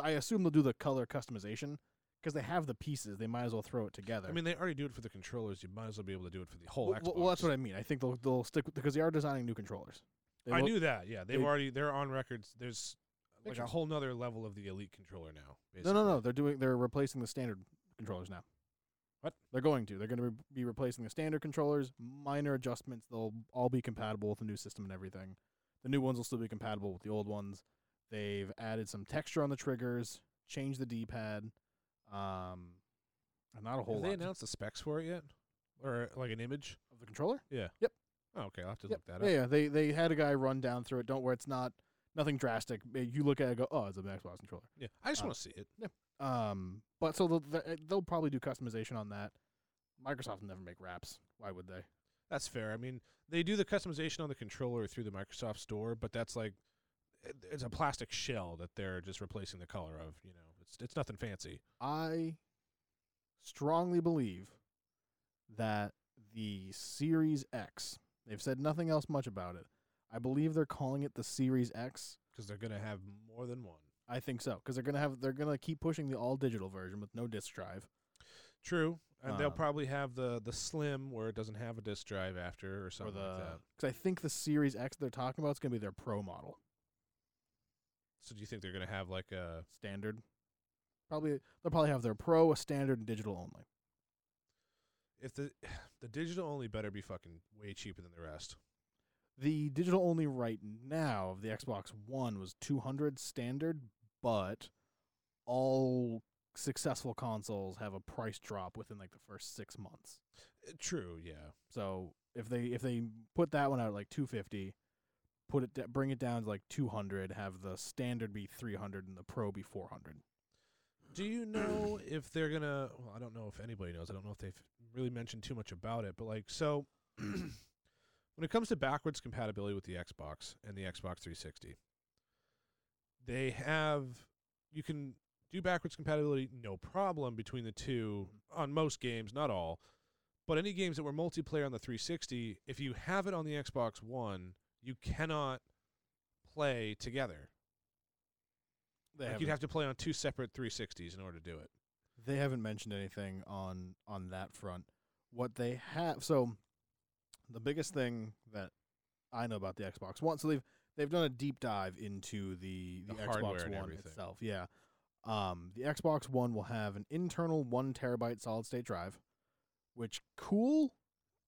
Speaker 3: I assume they'll do the color customization because they have the pieces. They might as well throw it together.
Speaker 1: I mean they already do it for the controllers. You might as well be able to do it for the whole
Speaker 3: well,
Speaker 1: Xbox.
Speaker 3: well, that's what I mean. I think they'll they'll stick with, because they are designing new controllers. They
Speaker 1: I
Speaker 3: will-
Speaker 1: knew that. Yeah, they've
Speaker 3: they-
Speaker 1: already they're on records. There's like a
Speaker 3: Pictures.
Speaker 1: whole nother level of the elite controller now.
Speaker 3: No,
Speaker 1: Basically.
Speaker 3: no, no. They're doing. They're replacing the standard controllers now.
Speaker 1: What?
Speaker 3: They're going to. They're going to be replacing the standard controllers. Minor adjustments. They'll all be compatible with the new system and everything. The new ones will still be compatible with the old ones. They've added some texture on the triggers. Changed the D-pad. Um, and not a whole
Speaker 1: Have they
Speaker 3: lot
Speaker 1: announced the specs for it yet, or like an image?
Speaker 3: of the controller.
Speaker 1: Oh, okay, I'll have to
Speaker 3: Yep.
Speaker 1: look that
Speaker 3: yeah,
Speaker 1: up.
Speaker 3: yeah. They they had a guy run down through it. Don't worry, it's not nothing drastic. Uh, You look at it, and go, oh, it's an Xbox controller.
Speaker 1: Yeah, I just
Speaker 3: Uh,
Speaker 1: want to see it.
Speaker 3: Um, but so they'll th- they'll probably do customization on that. Microsoft will never make wraps. Why would they?
Speaker 1: That's fair. I mean, they do the customization on the controller through the Microsoft Store, but that's like it- it's a plastic shell that they're just replacing the color of. You know, it's it's nothing fancy.
Speaker 3: I strongly believe that the Series X. They've said nothing else much about it. I believe they're calling it the Series X.
Speaker 1: because they're gonna have more than one.
Speaker 3: I think so because they're gonna have they're gonna keep pushing the all digital version with no disk drive.
Speaker 1: True, and they'll
Speaker 3: Um,
Speaker 1: probably have the the slim where it doesn't have a disk drive after or something
Speaker 3: or the
Speaker 1: like that.
Speaker 3: because I think the Series X they're talking about is gonna be their Pro model
Speaker 1: So do you think they're gonna have like a?
Speaker 3: standard. Probably they'll probably have their Pro, a standard, and digital only.
Speaker 1: If the *sighs* the digital only better be fucking way cheaper than the rest.
Speaker 3: The digital only right now of the Xbox One was 200 standard, but all successful consoles have a price drop within like the first 6 months.
Speaker 1: Uh, True, yeah.
Speaker 3: So if they if they put that one out at like 250, put it d- bring it down to like 200, have the standard be 300 and the pro be 400.
Speaker 1: Do you know if they're gonna? Well, I don't know if anybody knows. I don't know if they've really mentioned too much about it. But like, so *clears throat* when it comes to backwards compatibility with the Xbox and the Xbox 360, they have you can do backwards compatibility no problem between the two on most games, not all. But any games that were multiplayer on the 360, if you have it on the Xbox One, you cannot play together.
Speaker 3: They
Speaker 1: like
Speaker 3: haven't,
Speaker 1: you'd have to play on two separate 360s in order to do it.
Speaker 3: they haven't mentioned anything on on that front. What they have so the biggest thing that I know about the Xbox One, so they've they've done a deep dive into the
Speaker 1: The
Speaker 3: the,
Speaker 1: hardware
Speaker 3: Xbox
Speaker 1: and
Speaker 3: One
Speaker 1: everything.
Speaker 3: itself. Yeah, um, the Xbox One will have an internal one terabyte solid state drive, which cool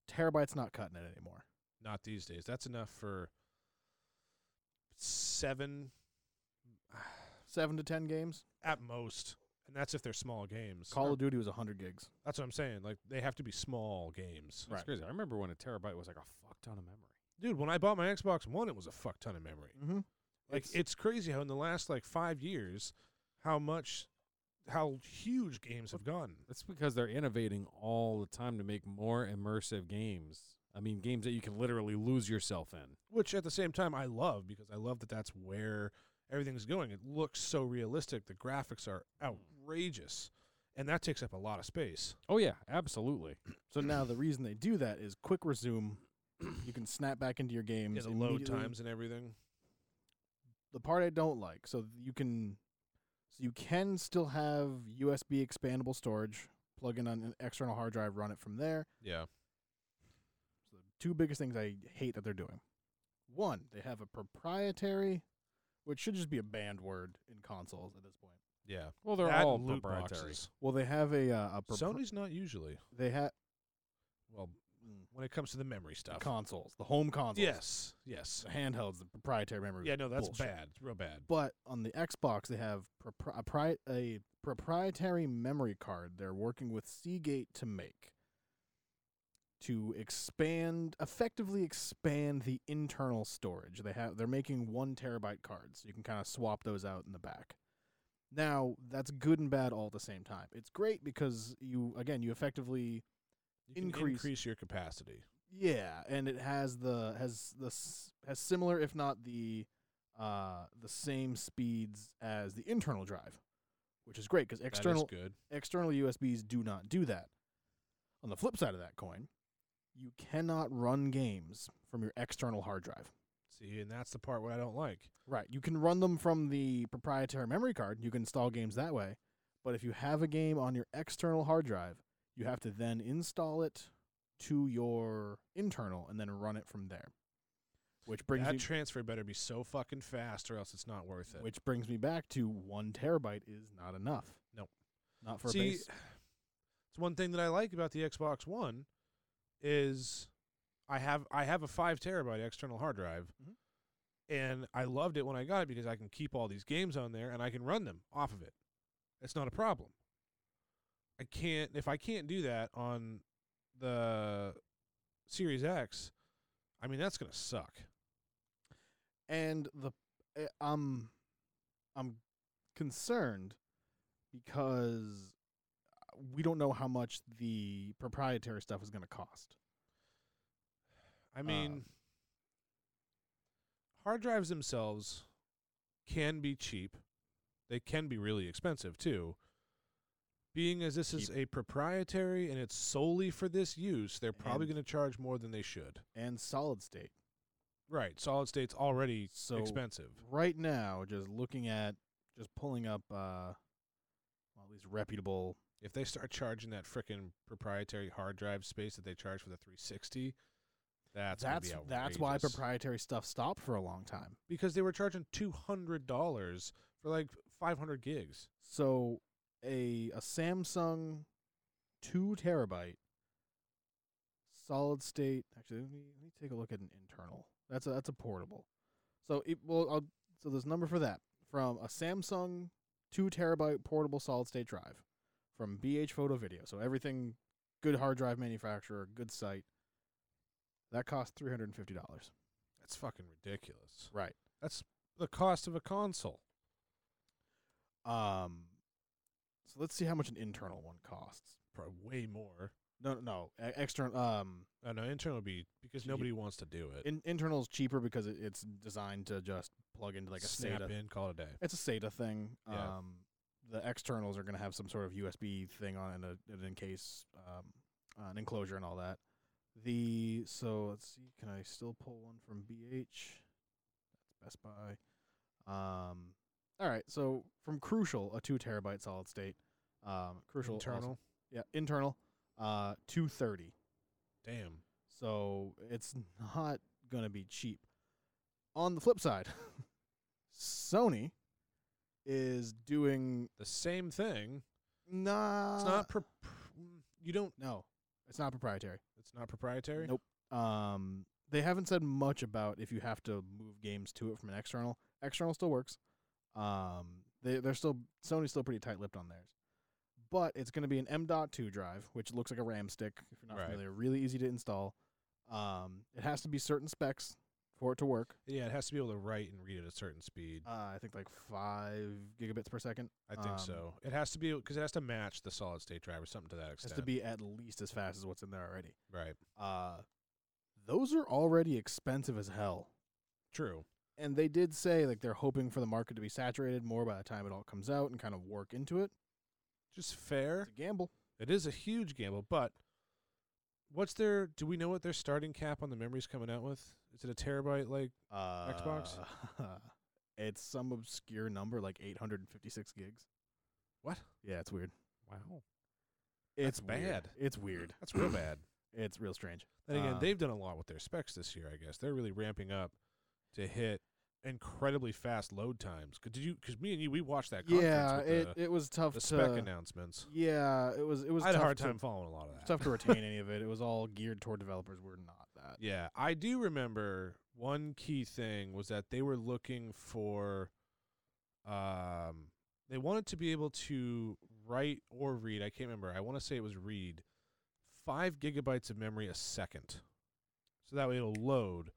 Speaker 3: terabytes not cutting it anymore.
Speaker 1: Not these days. That's enough for seven
Speaker 3: Seven to ten games.
Speaker 1: at most, and that's if they're small games.
Speaker 3: Call of Duty was hundred gigs.
Speaker 1: that's what I'm saying. Like they have to be small games.
Speaker 2: That's crazy. I remember when a terabyte was like a fuck ton of memory.
Speaker 1: Dude, when I bought my Xbox One, it was a fuck ton of memory.
Speaker 3: Mm-hmm.
Speaker 1: Like it's, crazy how in the last like five years, how much, how huge games have gotten.
Speaker 2: That's because they're innovating all the time to make more immersive games. I mean, games that you can literally lose yourself in.
Speaker 1: Which at the same time I love because I love that that's where everything's going. It looks so realistic. The graphics are outrageous, and that takes up a lot of space.
Speaker 2: Oh yeah, absolutely.
Speaker 3: So now the reason they do that is quick resume. You can snap back into your games.
Speaker 1: Yeah, the load
Speaker 3: immediately.
Speaker 1: times and everything.
Speaker 3: the part I don't like. So th- you can, so you can still have USB expandable storage. Plug in on an external hard drive, run it from there.
Speaker 1: Yeah.
Speaker 3: So the two biggest things I hate that they're doing. One, they have a proprietary, which should just be a banned word in consoles at this point.
Speaker 1: Yeah.
Speaker 2: Well, they're
Speaker 1: That
Speaker 2: all
Speaker 1: and loot
Speaker 2: proprietary.
Speaker 1: boxes.
Speaker 3: Well, they have a, uh, a propr-
Speaker 1: Sony's not usually.
Speaker 3: they have
Speaker 1: Well,
Speaker 3: Mm.
Speaker 1: when it comes to the memory stuff.
Speaker 3: consoles, the home consoles.
Speaker 1: yes. Yes.
Speaker 3: the handhelds, the proprietary memory.
Speaker 1: Yeah, no, that's
Speaker 3: bullshit.
Speaker 1: bad. It's real bad.
Speaker 3: But on the Xbox, they have propri- a, pri- a proprietary memory card they're working with Seagate to make to expand, effectively expand the internal storage. They have they're making one terabyte cards. You can kind of swap those out in the back. Now that's good and bad all at the same time. It's great because you again you effectively
Speaker 1: You can
Speaker 3: increase-
Speaker 1: increase your capacity.
Speaker 3: yeah, and it has the has the s- has similar, if not the uh, the same speeds as the internal drive, which is great because
Speaker 2: That is
Speaker 3: external
Speaker 2: good.
Speaker 3: external USBs do not do that. On the flip side of that coin, you cannot run games from your external hard drive.
Speaker 1: See, and that's the part what I don't like.
Speaker 3: Right. You can run them from the proprietary memory card. You can install games that way. But if you have a game on your external hard drive, you have to then install it to your internal and then run it from there. Which brings
Speaker 1: that
Speaker 3: me
Speaker 1: transfer better be so fucking fast, or else it's not worth it.
Speaker 3: which brings me back to one terabyte is not enough.
Speaker 1: Nope.
Speaker 3: Not for a
Speaker 1: See,
Speaker 3: base.
Speaker 1: it's one thing that I like about the Xbox One is I have I have a five terabyte external hard drive,
Speaker 3: Mhm.
Speaker 1: and I loved it when I got it because I can keep all these games on there and I can run them off of it. It's not a problem. I can't if I can't do that on the Series X. I mean that's gonna suck.
Speaker 3: and the eh, I'm I'm concerned because uh, we don't know how much the proprietary stuff is going to cost.
Speaker 1: I mean, hard drives themselves can be cheap. They can be really expensive too. Being as this is a proprietary and it's solely for this use, they're probably
Speaker 3: And-
Speaker 1: going to charge more than they should.
Speaker 3: And solid state.
Speaker 1: Right. Solid state's already
Speaker 3: So
Speaker 1: expensive.
Speaker 3: right now, just looking at just pulling up uh well, at least reputable
Speaker 1: If they start charging that frickin' proprietary hard drive space that they charge for the 360, that's gonna
Speaker 3: that's
Speaker 1: be
Speaker 3: that's why
Speaker 1: outrageous.
Speaker 3: proprietary stuff stopped for a long time.
Speaker 1: because they were charging two hundred dollars for like five hundred gigs.
Speaker 3: So a a Samsung two terabyte solid state. Actually, let me, let me take a look at an internal. That's a that's a portable. So it well, I'll, so there's a number for that from a Samsung two terabyte portable solid state drive from BH Photo Video. So everything good hard drive manufacturer, good site. That costs three hundred and fifty dollars.
Speaker 1: That's fucking ridiculous.
Speaker 3: Right.
Speaker 1: That's the cost of a console.
Speaker 3: Um. So let's see how much an internal one costs.
Speaker 1: Probably way more.
Speaker 3: No, no, no. e- External. Um,
Speaker 1: I know internal would be because
Speaker 3: Ye-
Speaker 1: nobody wants to do it.
Speaker 3: in, internal is cheaper because it, it's designed to just plug into like a
Speaker 1: snap
Speaker 3: SATA.
Speaker 1: in, call it a day.
Speaker 3: It's a SATA thing.
Speaker 1: Yeah.
Speaker 3: Um, the externals are going to have some sort of USB thing on it, and a- and in case um, uh, an enclosure and all that. The so let's see, can I still pull one from BH? That's Best Buy. Um, all right, so from Crucial, a two terabyte solid state. Um, Crucial also-
Speaker 1: internal.
Speaker 3: yeah, internal. Uh, two thirty.
Speaker 1: Damn.
Speaker 3: So it's not going to be cheap. On the flip side, *laughs* Sony is doing
Speaker 1: The same thing.
Speaker 3: not.
Speaker 1: It's not pro- you don't
Speaker 3: no, it's not proprietary.
Speaker 1: it's not proprietary.
Speaker 3: Nope. Um, they haven't said much about if you have to move games to it from an external. External still works. Um, they they're still Sony's still pretty tight-lipped on theirs, but it's going to be an M. dot two drive, which looks like a RAM stick. If you're not
Speaker 1: Right.
Speaker 3: familiar, really easy to install. Um, it has to be certain specs for it to work.
Speaker 1: Yeah, it has to be able to write and read at a certain speed.
Speaker 3: Uh, I think like five gigabits per second.
Speaker 1: I think
Speaker 3: um,
Speaker 1: so. It has to be because it has to match the solid state drive or something to that
Speaker 3: Has
Speaker 1: extent.
Speaker 3: to be at least as fast as what's in there already.
Speaker 1: right.
Speaker 3: Uh, those are already expensive as hell.
Speaker 1: True.
Speaker 3: and they did say like they're hoping for the market to be saturated more by the time it all comes out and kind of work into it.
Speaker 1: Just fair.
Speaker 3: It's a gamble.
Speaker 1: It is a huge gamble, but what's their? Do we know what their starting cap on the memory's coming out with? Is it a terabyte? Like,
Speaker 3: Uh,
Speaker 1: Xbox?
Speaker 3: *laughs* it's some obscure number like 856 gigs.
Speaker 1: What?
Speaker 3: Yeah, it's weird.
Speaker 2: Wow.
Speaker 1: That's
Speaker 3: it's weird.
Speaker 1: bad.
Speaker 3: It's weird.
Speaker 1: *clears throat* that's
Speaker 3: *clears throat*
Speaker 1: real bad.
Speaker 3: It's real strange.
Speaker 1: Then again,
Speaker 3: Um,
Speaker 1: they've done a lot with their specs this year. I guess they're really ramping up to hit incredibly fast load times. 'Cause Did you? Because me and you, we watched that. Conference
Speaker 3: Yeah,
Speaker 1: with
Speaker 3: it,
Speaker 1: the,
Speaker 3: it was tough
Speaker 1: the
Speaker 3: to
Speaker 1: spec announcements.
Speaker 3: Yeah, it was it was
Speaker 1: I had a
Speaker 3: tough
Speaker 1: hard
Speaker 3: to-
Speaker 1: time following a lot of
Speaker 3: it
Speaker 1: that.
Speaker 3: was tough to retain any of it. It was all geared toward developers. We're not that.
Speaker 1: Yeah, I do remember one key thing was that they were looking for um they wanted to be able to write or read, I can't remember. I want to say it was read 5 gigabytes of memory a second. So that way it'll load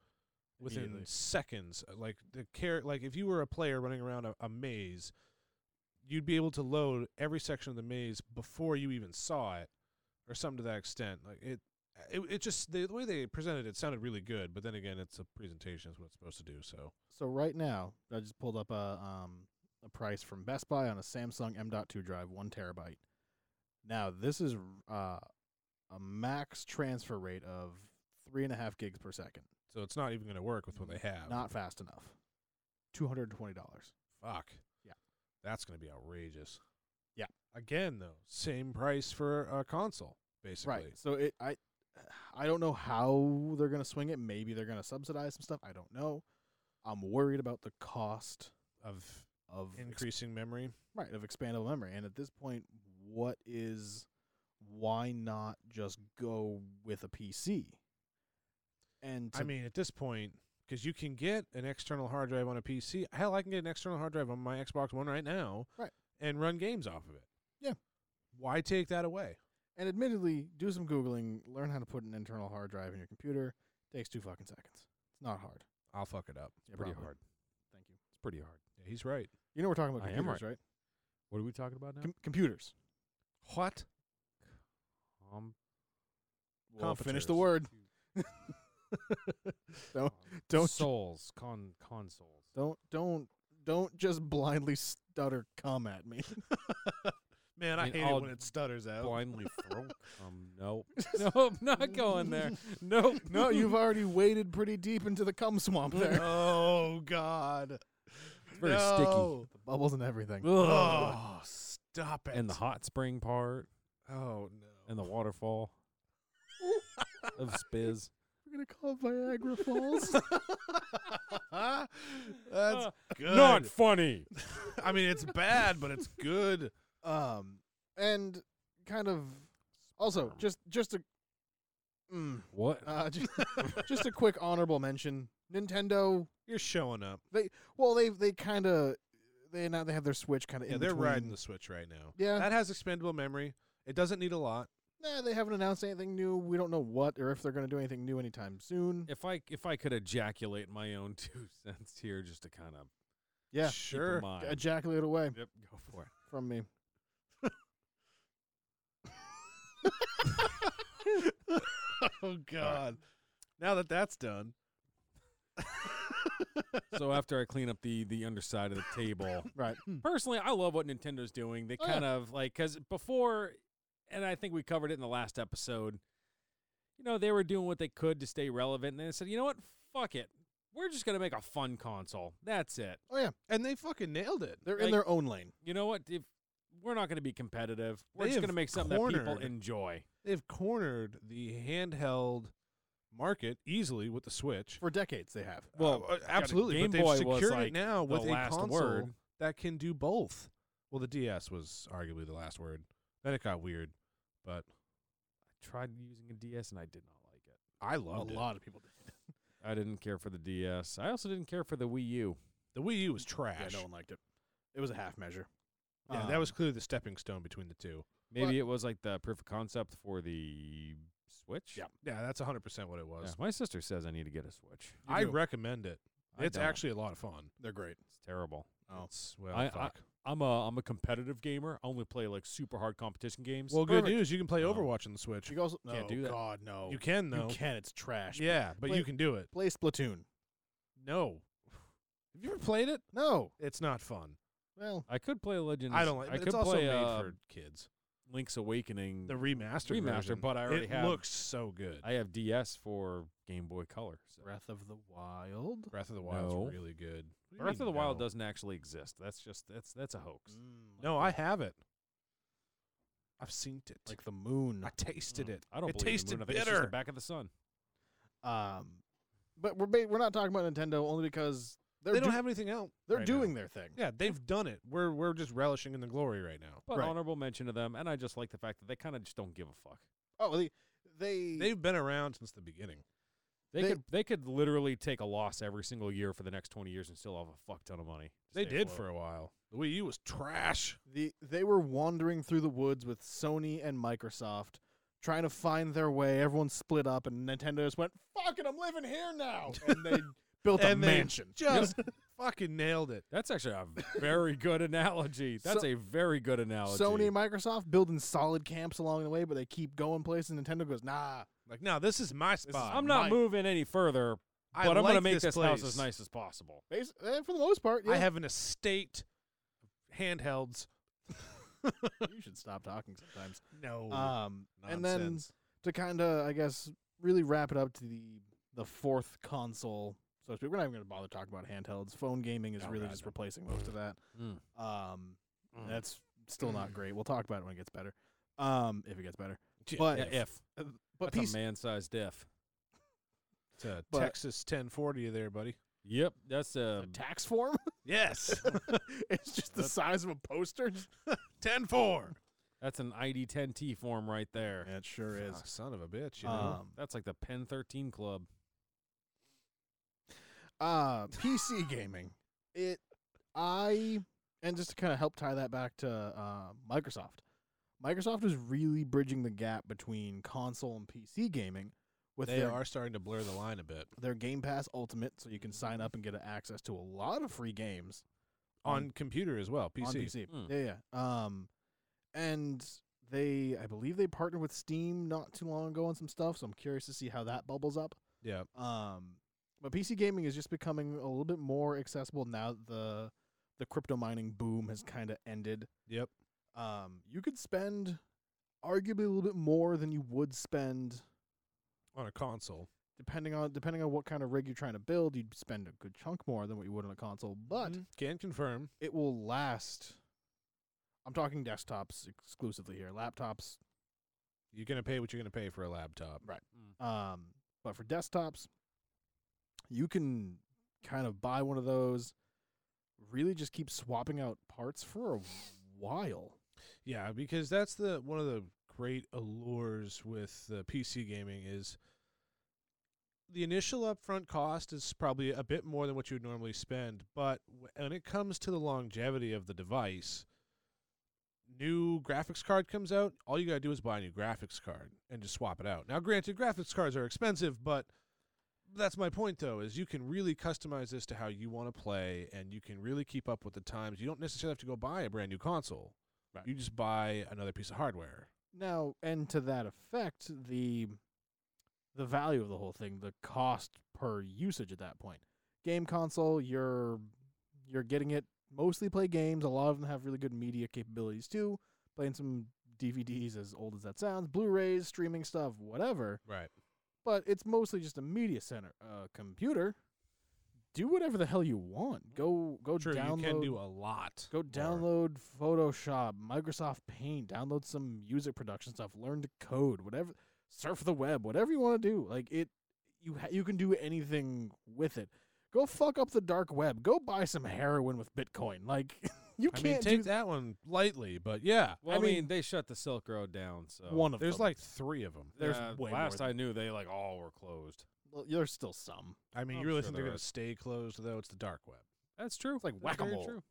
Speaker 1: within
Speaker 3: Immediately.
Speaker 1: seconds. Uh, Like the care like if you were a player running around a, a maze, you'd be able to load every section of the maze before you even saw it or something to that extent. Like it it, it just the, the way they presented it sounded really good, but then again, it's a presentation, is what it's supposed to do. So
Speaker 3: So right now, I just pulled up a um the price from Best Buy on a Samsung M.2 drive, one terabyte. Now this is uh, a max transfer rate of three and a half gigs per second.
Speaker 1: So it's not even going to work with what they have.
Speaker 3: Not fast enough. Two hundred and twenty dollars.
Speaker 1: Fuck.
Speaker 3: Yeah.
Speaker 1: That's going to be outrageous.
Speaker 3: Yeah.
Speaker 1: Again, though, same price for a console, basically.
Speaker 3: Right. So it I I don't know how they're gonna swing it. Maybe they're gonna subsidize some stuff. I don't know. I'm worried about the cost
Speaker 1: Of
Speaker 3: of ex-
Speaker 1: increasing memory.
Speaker 3: right of expandable memory. And at this point, what is why not just go with a PC? And to,
Speaker 1: I mean, at this point, because you can get an external hard drive on a PC. Hell, I can get an external hard drive on my Xbox One right now
Speaker 3: Right.
Speaker 1: and run games off of it.
Speaker 3: Yeah.
Speaker 1: Why take that away?
Speaker 3: and admittedly, do some googling, learn how to put an internal hard drive in your computer. Takes two fucking seconds. It's not hard.
Speaker 1: I'll fuck it up.
Speaker 3: Yeah,
Speaker 2: pretty
Speaker 3: probably.
Speaker 2: hard.
Speaker 3: Thank you.
Speaker 2: It's pretty hard.
Speaker 1: Yeah, he's right.
Speaker 3: You know we're talking about
Speaker 2: I am
Speaker 3: computers, right?
Speaker 2: What are we talking about now?
Speaker 3: Com- computers.
Speaker 1: What?
Speaker 2: um,
Speaker 3: Well, finish the
Speaker 1: Computers.
Speaker 3: word. Don't- don't-
Speaker 2: Um, souls con consoles.
Speaker 3: Don't don't don't just blindly stutter come at me. *laughs*
Speaker 1: Man, I,
Speaker 2: mean,
Speaker 1: hate
Speaker 2: I'll
Speaker 1: it when it stutters out.
Speaker 2: blindly throw. Um, nope, *laughs* nope, not going there. Nope, *laughs*
Speaker 3: no, you've already waded pretty deep into the cum swamp *laughs* there.
Speaker 1: *laughs* oh God.
Speaker 2: It's very sticky.
Speaker 1: No.
Speaker 3: Bubbles and everything.
Speaker 1: Oh, stop it.
Speaker 2: and the hot spring part
Speaker 1: oh no.
Speaker 2: and the waterfall of Spiz.
Speaker 3: We're gonna call it Viagra *laughs* Falls.
Speaker 1: That's
Speaker 2: Uh,
Speaker 1: good.
Speaker 2: *laughs* Not funny.
Speaker 1: I mean, it's bad, but it's good.
Speaker 3: um, and kind of also just just a mm,
Speaker 2: What?
Speaker 3: uh, *laughs* just, just a quick honorable mention. Nintendo.
Speaker 1: You're showing up.
Speaker 3: Well, they they kind of they now they have their Switch kind of
Speaker 1: Yeah,
Speaker 3: in
Speaker 1: they're
Speaker 3: between.
Speaker 1: riding the Switch right now.
Speaker 3: yeah.
Speaker 1: That has expendable memory. It doesn't need a lot.
Speaker 3: Nah, they haven't announced anything new. We don't know what or if they're going to do anything new anytime soon.
Speaker 2: if I if I could ejaculate my own *laughs* two cents here, just to kind of
Speaker 3: Yeah,
Speaker 1: sure.
Speaker 3: ejaculate away
Speaker 2: Yep, go for it.
Speaker 3: from me.
Speaker 1: *laughs* oh God. Now that that's done.
Speaker 2: so after I clean up the the underside of the
Speaker 1: *coughs*
Speaker 2: table,
Speaker 1: *laughs*
Speaker 3: Right.
Speaker 2: personally, I love what Nintendo's doing. They
Speaker 3: Oh, yeah.
Speaker 2: kind of like because before, and I think we covered it in the last episode. You know, they were doing what they could to stay relevant, and they said, you know what, fuck it, we're just gonna make a fun console. That's it.
Speaker 3: Oh yeah,
Speaker 1: And they fucking nailed it.
Speaker 3: they're in
Speaker 2: Like-
Speaker 3: their own lane.
Speaker 2: You know what? If we're not gonna be competitive, we're
Speaker 1: They
Speaker 2: just gonna
Speaker 1: have
Speaker 2: make something that people
Speaker 1: cornered-
Speaker 2: enjoy.
Speaker 1: They've cornered the handheld market easily with the Switch.
Speaker 3: For decades, they have.
Speaker 2: Well,
Speaker 1: Uh, absolutely.
Speaker 2: Game
Speaker 1: but they've
Speaker 2: Boy was,
Speaker 1: secured
Speaker 2: like,
Speaker 1: it now with
Speaker 2: the
Speaker 1: a
Speaker 2: last
Speaker 1: console
Speaker 2: word.
Speaker 1: that can do both. Well, the DS was arguably the last word. Then it got weird, but
Speaker 2: I tried using a DS and I did not like it.
Speaker 1: I
Speaker 3: Uh, A
Speaker 1: loved it.
Speaker 3: lot of people did.
Speaker 2: I didn't care for the DS. I also didn't care for the Wii U.
Speaker 1: The Wii U was trash.
Speaker 3: Yeah, no one liked it. It was a half measure. Um,
Speaker 1: Yeah,
Speaker 2: Um,
Speaker 1: that was clearly the stepping stone between the two.
Speaker 2: Maybe it was like the proof of concept for the Switch.
Speaker 3: Yeah,
Speaker 1: Yeah, that's 100% what it
Speaker 2: Yeah,
Speaker 1: was.
Speaker 2: my sister says I need to get a Switch.
Speaker 3: You
Speaker 1: I
Speaker 3: do.
Speaker 1: recommend it.
Speaker 2: I
Speaker 1: it's
Speaker 2: don't.
Speaker 1: actually a lot of fun.
Speaker 3: they're great.
Speaker 2: it's terrible.
Speaker 3: Oh.
Speaker 1: It's, well,
Speaker 2: I- I-
Speaker 1: fuck.
Speaker 2: I'm a I'm a competitive gamer. I only play like super hard competition games.
Speaker 1: well, good
Speaker 3: perfect.
Speaker 1: news. You can play
Speaker 2: No.
Speaker 1: Overwatch on the Switch.
Speaker 3: You also
Speaker 2: Can't
Speaker 3: no,
Speaker 2: do that.
Speaker 3: God, no.
Speaker 1: You can,
Speaker 3: You
Speaker 1: though.
Speaker 3: can. It's trash.
Speaker 1: Yeah, but
Speaker 3: Play-
Speaker 1: you can do it.
Speaker 3: Play Splatoon.
Speaker 1: No. Have you ever played it?
Speaker 3: No.
Speaker 1: It's not fun.
Speaker 3: Well,
Speaker 2: I could play Legends.
Speaker 1: I don't like
Speaker 2: I
Speaker 1: It's
Speaker 2: could
Speaker 1: also
Speaker 2: play
Speaker 1: made
Speaker 2: uh,
Speaker 1: for kids.
Speaker 2: Link's Awakening
Speaker 1: The remastered
Speaker 2: remaster,
Speaker 1: version.
Speaker 2: but I already
Speaker 1: it
Speaker 2: have.
Speaker 1: looks so good.
Speaker 2: I have DS for Game Boy Color. So.
Speaker 3: Breath of the Wild.
Speaker 1: Breath of the Wild's
Speaker 2: No.
Speaker 1: really good. What do you Mm,
Speaker 2: Breath of
Speaker 1: mean
Speaker 2: the Wild
Speaker 1: no?
Speaker 2: doesn't actually exist. That's just that's that's a hoax.
Speaker 1: No, I have it. I've seen it.
Speaker 3: like the moon.
Speaker 1: I tasted
Speaker 2: Mm.
Speaker 1: it.
Speaker 2: I don't
Speaker 1: It
Speaker 2: believe in the
Speaker 1: tasted
Speaker 2: moon. I think it's just the
Speaker 1: bitter.
Speaker 2: back of the sun.
Speaker 3: Um, but we're ba- we're not talking about Nintendo only because they're
Speaker 1: They don't
Speaker 3: do-
Speaker 1: have anything else.
Speaker 3: they're
Speaker 1: right now.
Speaker 3: doing their thing.
Speaker 1: Yeah, they've done it. We're we're just relishing in the glory right now.
Speaker 2: But
Speaker 3: Right.
Speaker 2: honorable mention to them, and I just like the fact that they kind of just don't give a fuck.
Speaker 3: Oh, they they
Speaker 1: They've been around since the beginning.
Speaker 2: They,
Speaker 3: They-
Speaker 2: could they could literally take a loss every single year for the next twenty years and still have a fuck ton of money. to
Speaker 1: They
Speaker 2: stay
Speaker 1: did
Speaker 2: afloat.
Speaker 1: for a while. The Wii U was
Speaker 2: *laughs*
Speaker 1: trash.
Speaker 3: The they were wandering through the woods with Sony and Microsoft, trying to find their way. Everyone split up, and Nintendo just went, "Fuck it, I'm living here now," and they built a
Speaker 1: And they
Speaker 3: mansion.
Speaker 1: Just *laughs* fucking nailed it.
Speaker 2: That's actually a *laughs* very good analogy. That's
Speaker 3: So-
Speaker 2: a very good analogy.
Speaker 3: Sony and Microsoft building solid camps along the way, but they keep going places. and Nintendo goes, "Nah,
Speaker 1: Like, no, this is my spot.
Speaker 2: I'm not
Speaker 3: Mike.
Speaker 2: moving any further, but
Speaker 1: I
Speaker 2: I'm gonna
Speaker 1: like
Speaker 2: make this, house
Speaker 1: place.
Speaker 2: as nice as possible.
Speaker 3: Basi- eh, for the most part, yeah.
Speaker 1: I have an estate handhelds.
Speaker 3: you should stop talking sometimes.
Speaker 1: No.
Speaker 3: Um, and then
Speaker 1: nonsense.
Speaker 3: to kind of, I guess, really wrap it up to the the fourth console, so to speak. We're not even going to bother talking about handhelds. Phone gaming is
Speaker 2: Oh,
Speaker 3: really
Speaker 2: God,
Speaker 3: just
Speaker 2: no.
Speaker 3: replacing most of that.
Speaker 2: Mm.
Speaker 3: Um,
Speaker 2: Mm.
Speaker 3: That's still not great. We'll talk about it when it gets better. Um, if it gets better,
Speaker 1: Yeah,
Speaker 3: but uh,
Speaker 2: yeah, if
Speaker 3: but
Speaker 2: that's
Speaker 3: PC,
Speaker 2: a man-sized if.
Speaker 1: It's a
Speaker 3: but-
Speaker 1: uh, Texas 1040 there, buddy.
Speaker 2: Yep, that's a
Speaker 3: a tax form. *laughs*
Speaker 1: Yes. *laughs*
Speaker 2: *laughs*
Speaker 3: it's just the size of a poster.
Speaker 1: 10 4.
Speaker 2: that's an ID10T form right there.
Speaker 3: it sure
Speaker 2: Ah,
Speaker 3: is.
Speaker 1: son of a bitch. You know?
Speaker 3: Um,
Speaker 2: That's like the Pen 13 Club.
Speaker 3: uh pc gaming it i and just to kind of help tie that back to uh, microsoft microsoft is really bridging the gap between console and pc gaming with
Speaker 1: they
Speaker 3: their,
Speaker 1: are starting to blur the line a bit.
Speaker 3: their game pass ultimate so you can sign
Speaker 2: Mm-hmm.
Speaker 3: up and get access to a lot of free games
Speaker 1: On computer as well, PC.
Speaker 3: on pc
Speaker 2: Mm.
Speaker 3: yeah yeah um and they i believe they partnered with steam not too long ago on some stuff so i'm curious to see how that bubbles up
Speaker 1: Yeah.
Speaker 3: um, but PC gaming is just becoming a little bit more accessible now that the the crypto mining boom has kind of ended.
Speaker 1: Yep.
Speaker 3: Um, you could spend arguably a little bit more than you would spend
Speaker 1: On a console.
Speaker 3: depending on depending on what kind of rig you're trying to build. You'd spend a good chunk more than what you would on a console, but
Speaker 1: Mhm. can confirm.
Speaker 3: it will last. I'm talking desktops exclusively here. Laptops,
Speaker 1: You're going to pay what you're going to pay for a laptop.
Speaker 3: Right. Um, but for desktops, you can kind of buy one of those, really just keep swapping out parts for a while.
Speaker 1: Yeah, because that's the one of the great allures with the PC gaming is the initial upfront cost is probably a bit more than what you would normally spend, but w- when it comes to the longevity of the device, new graphics card comes out, all you got to do is buy a new graphics card and just swap it out. Now granted graphics cards are expensive, but that's my point though is you can really customize this to how you want to play and you can really keep up with the times. You don't necessarily have to go buy a brand new console. You just buy another piece of hardware.
Speaker 3: Now, and to that effect, the the value of the whole thing, the cost per usage at that point. Game console, you're you're getting it mostly play games. A lot of them have really good media capabilities too. Playing some DVDs, as old as that sounds, Blu-rays, streaming stuff, whatever.
Speaker 1: Right.
Speaker 3: but it's mostly just a media center. A computer, do whatever the hell you want. Go go
Speaker 1: True,
Speaker 3: download.
Speaker 1: you can do a lot.
Speaker 3: go
Speaker 1: more.
Speaker 3: download Photoshop, Microsoft Paint. Download some music production stuff. Learn to code. Whatever. Surf the web. Whatever you want to do. Like it, you ha- you can do anything with it. Go fuck up the dark web. Go buy some heroin with Bitcoin. Like *laughs* you
Speaker 1: I
Speaker 3: can't
Speaker 1: mean, take
Speaker 3: do
Speaker 1: that one lightly, but yeah,
Speaker 2: Well, I,
Speaker 3: I
Speaker 2: mean,
Speaker 3: mean-
Speaker 2: they shut the Silk Road down, so
Speaker 3: one of
Speaker 1: there's
Speaker 3: them.
Speaker 1: like three of them.
Speaker 3: there's
Speaker 2: Yeah,
Speaker 3: way more
Speaker 2: last
Speaker 3: than-
Speaker 2: I knew, they like all were closed.
Speaker 3: Well, there's still some.
Speaker 1: I mean,
Speaker 2: I'm
Speaker 1: you really
Speaker 2: sure
Speaker 1: think they're
Speaker 2: there
Speaker 1: going
Speaker 2: is.
Speaker 1: to stay closed though? It's the dark web.
Speaker 2: That's true. It's
Speaker 3: like whack-a-mole.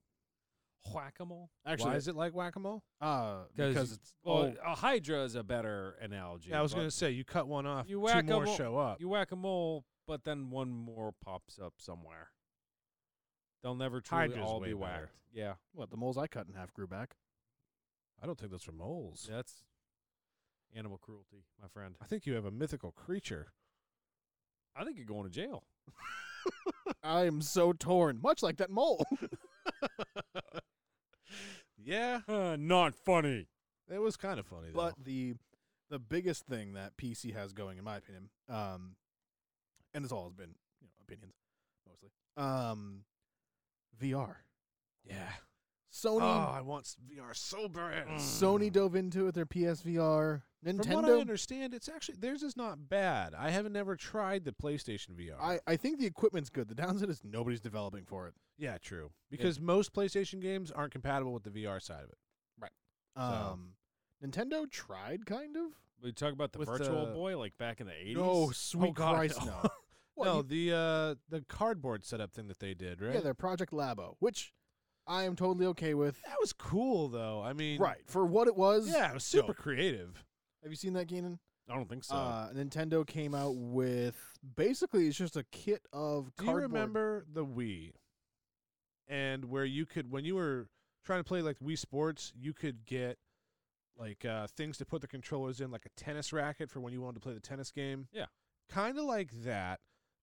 Speaker 2: Whack-a-mole.
Speaker 3: Actually,
Speaker 1: Why is it like whack a mole?
Speaker 3: uh,
Speaker 2: 'Cause
Speaker 3: because it's
Speaker 2: Well, a hydra is a better analogy.
Speaker 1: I was
Speaker 2: but
Speaker 1: going to say you cut one off,
Speaker 2: You
Speaker 1: two
Speaker 2: whack a
Speaker 1: more
Speaker 2: mole-
Speaker 1: show up.
Speaker 2: you whack a mole, but then one more pops up somewhere. They'll never truly
Speaker 1: Hydra's
Speaker 2: all
Speaker 1: way
Speaker 2: be
Speaker 1: better.
Speaker 2: whacked. Yeah,
Speaker 3: What the moles I cut in half grew back.
Speaker 1: *laughs* I don't think those are moles.
Speaker 2: that's animal cruelty, my friend.
Speaker 1: I think you have a mythical creature.
Speaker 2: I think you're going to jail.
Speaker 3: I am so torn, much like that mole.
Speaker 1: Yeah,
Speaker 2: *laughs* not funny.
Speaker 1: it was kind of funny. Though.
Speaker 3: but the the biggest thing that PC has going, in my opinion, um, and it's always been you know opinions mostly, um, VR.
Speaker 1: yeah,
Speaker 3: Sony
Speaker 1: oh, I want s- VR so bad.
Speaker 3: Sony dove into it with their
Speaker 1: Mm.
Speaker 3: PSVR.
Speaker 1: From what I
Speaker 3: Nintendo.
Speaker 1: understand, it's actually theirs is not bad. I haven't never tried the PlayStation VR.
Speaker 3: I, I think the equipment's good. The downside is nobody's developing for it.
Speaker 1: Yeah, true. Because most PlayStation games aren't compatible with the VR side of it.
Speaker 3: Um, Nintendo tried kind of.
Speaker 2: We talk about the
Speaker 1: With
Speaker 2: virtual
Speaker 1: the-
Speaker 2: boy like back in the 80s.
Speaker 3: sweet
Speaker 1: Oh, God,
Speaker 3: Christ,
Speaker 1: no. *laughs*
Speaker 3: no. What,
Speaker 1: no,
Speaker 3: you-
Speaker 1: the uh, the cardboard setup thing that they did, right?
Speaker 3: Yeah, their Project Labo, which I am totally okay with.
Speaker 1: that was cool though. I mean,
Speaker 3: Right for what it was.
Speaker 1: Yeah, it was super creative.
Speaker 3: Have you seen that, Keenan?
Speaker 2: I don't think so.
Speaker 3: Uh, Nintendo came out with basically it's just a kit of.
Speaker 1: Do you
Speaker 3: cardboard.
Speaker 1: remember the Wii? And where you could, when you were trying to play like Wii Sports, you could get like uh, things to put the controllers in, like a tennis racket for when you wanted to play the tennis game.
Speaker 2: Yeah.
Speaker 1: kind of like that,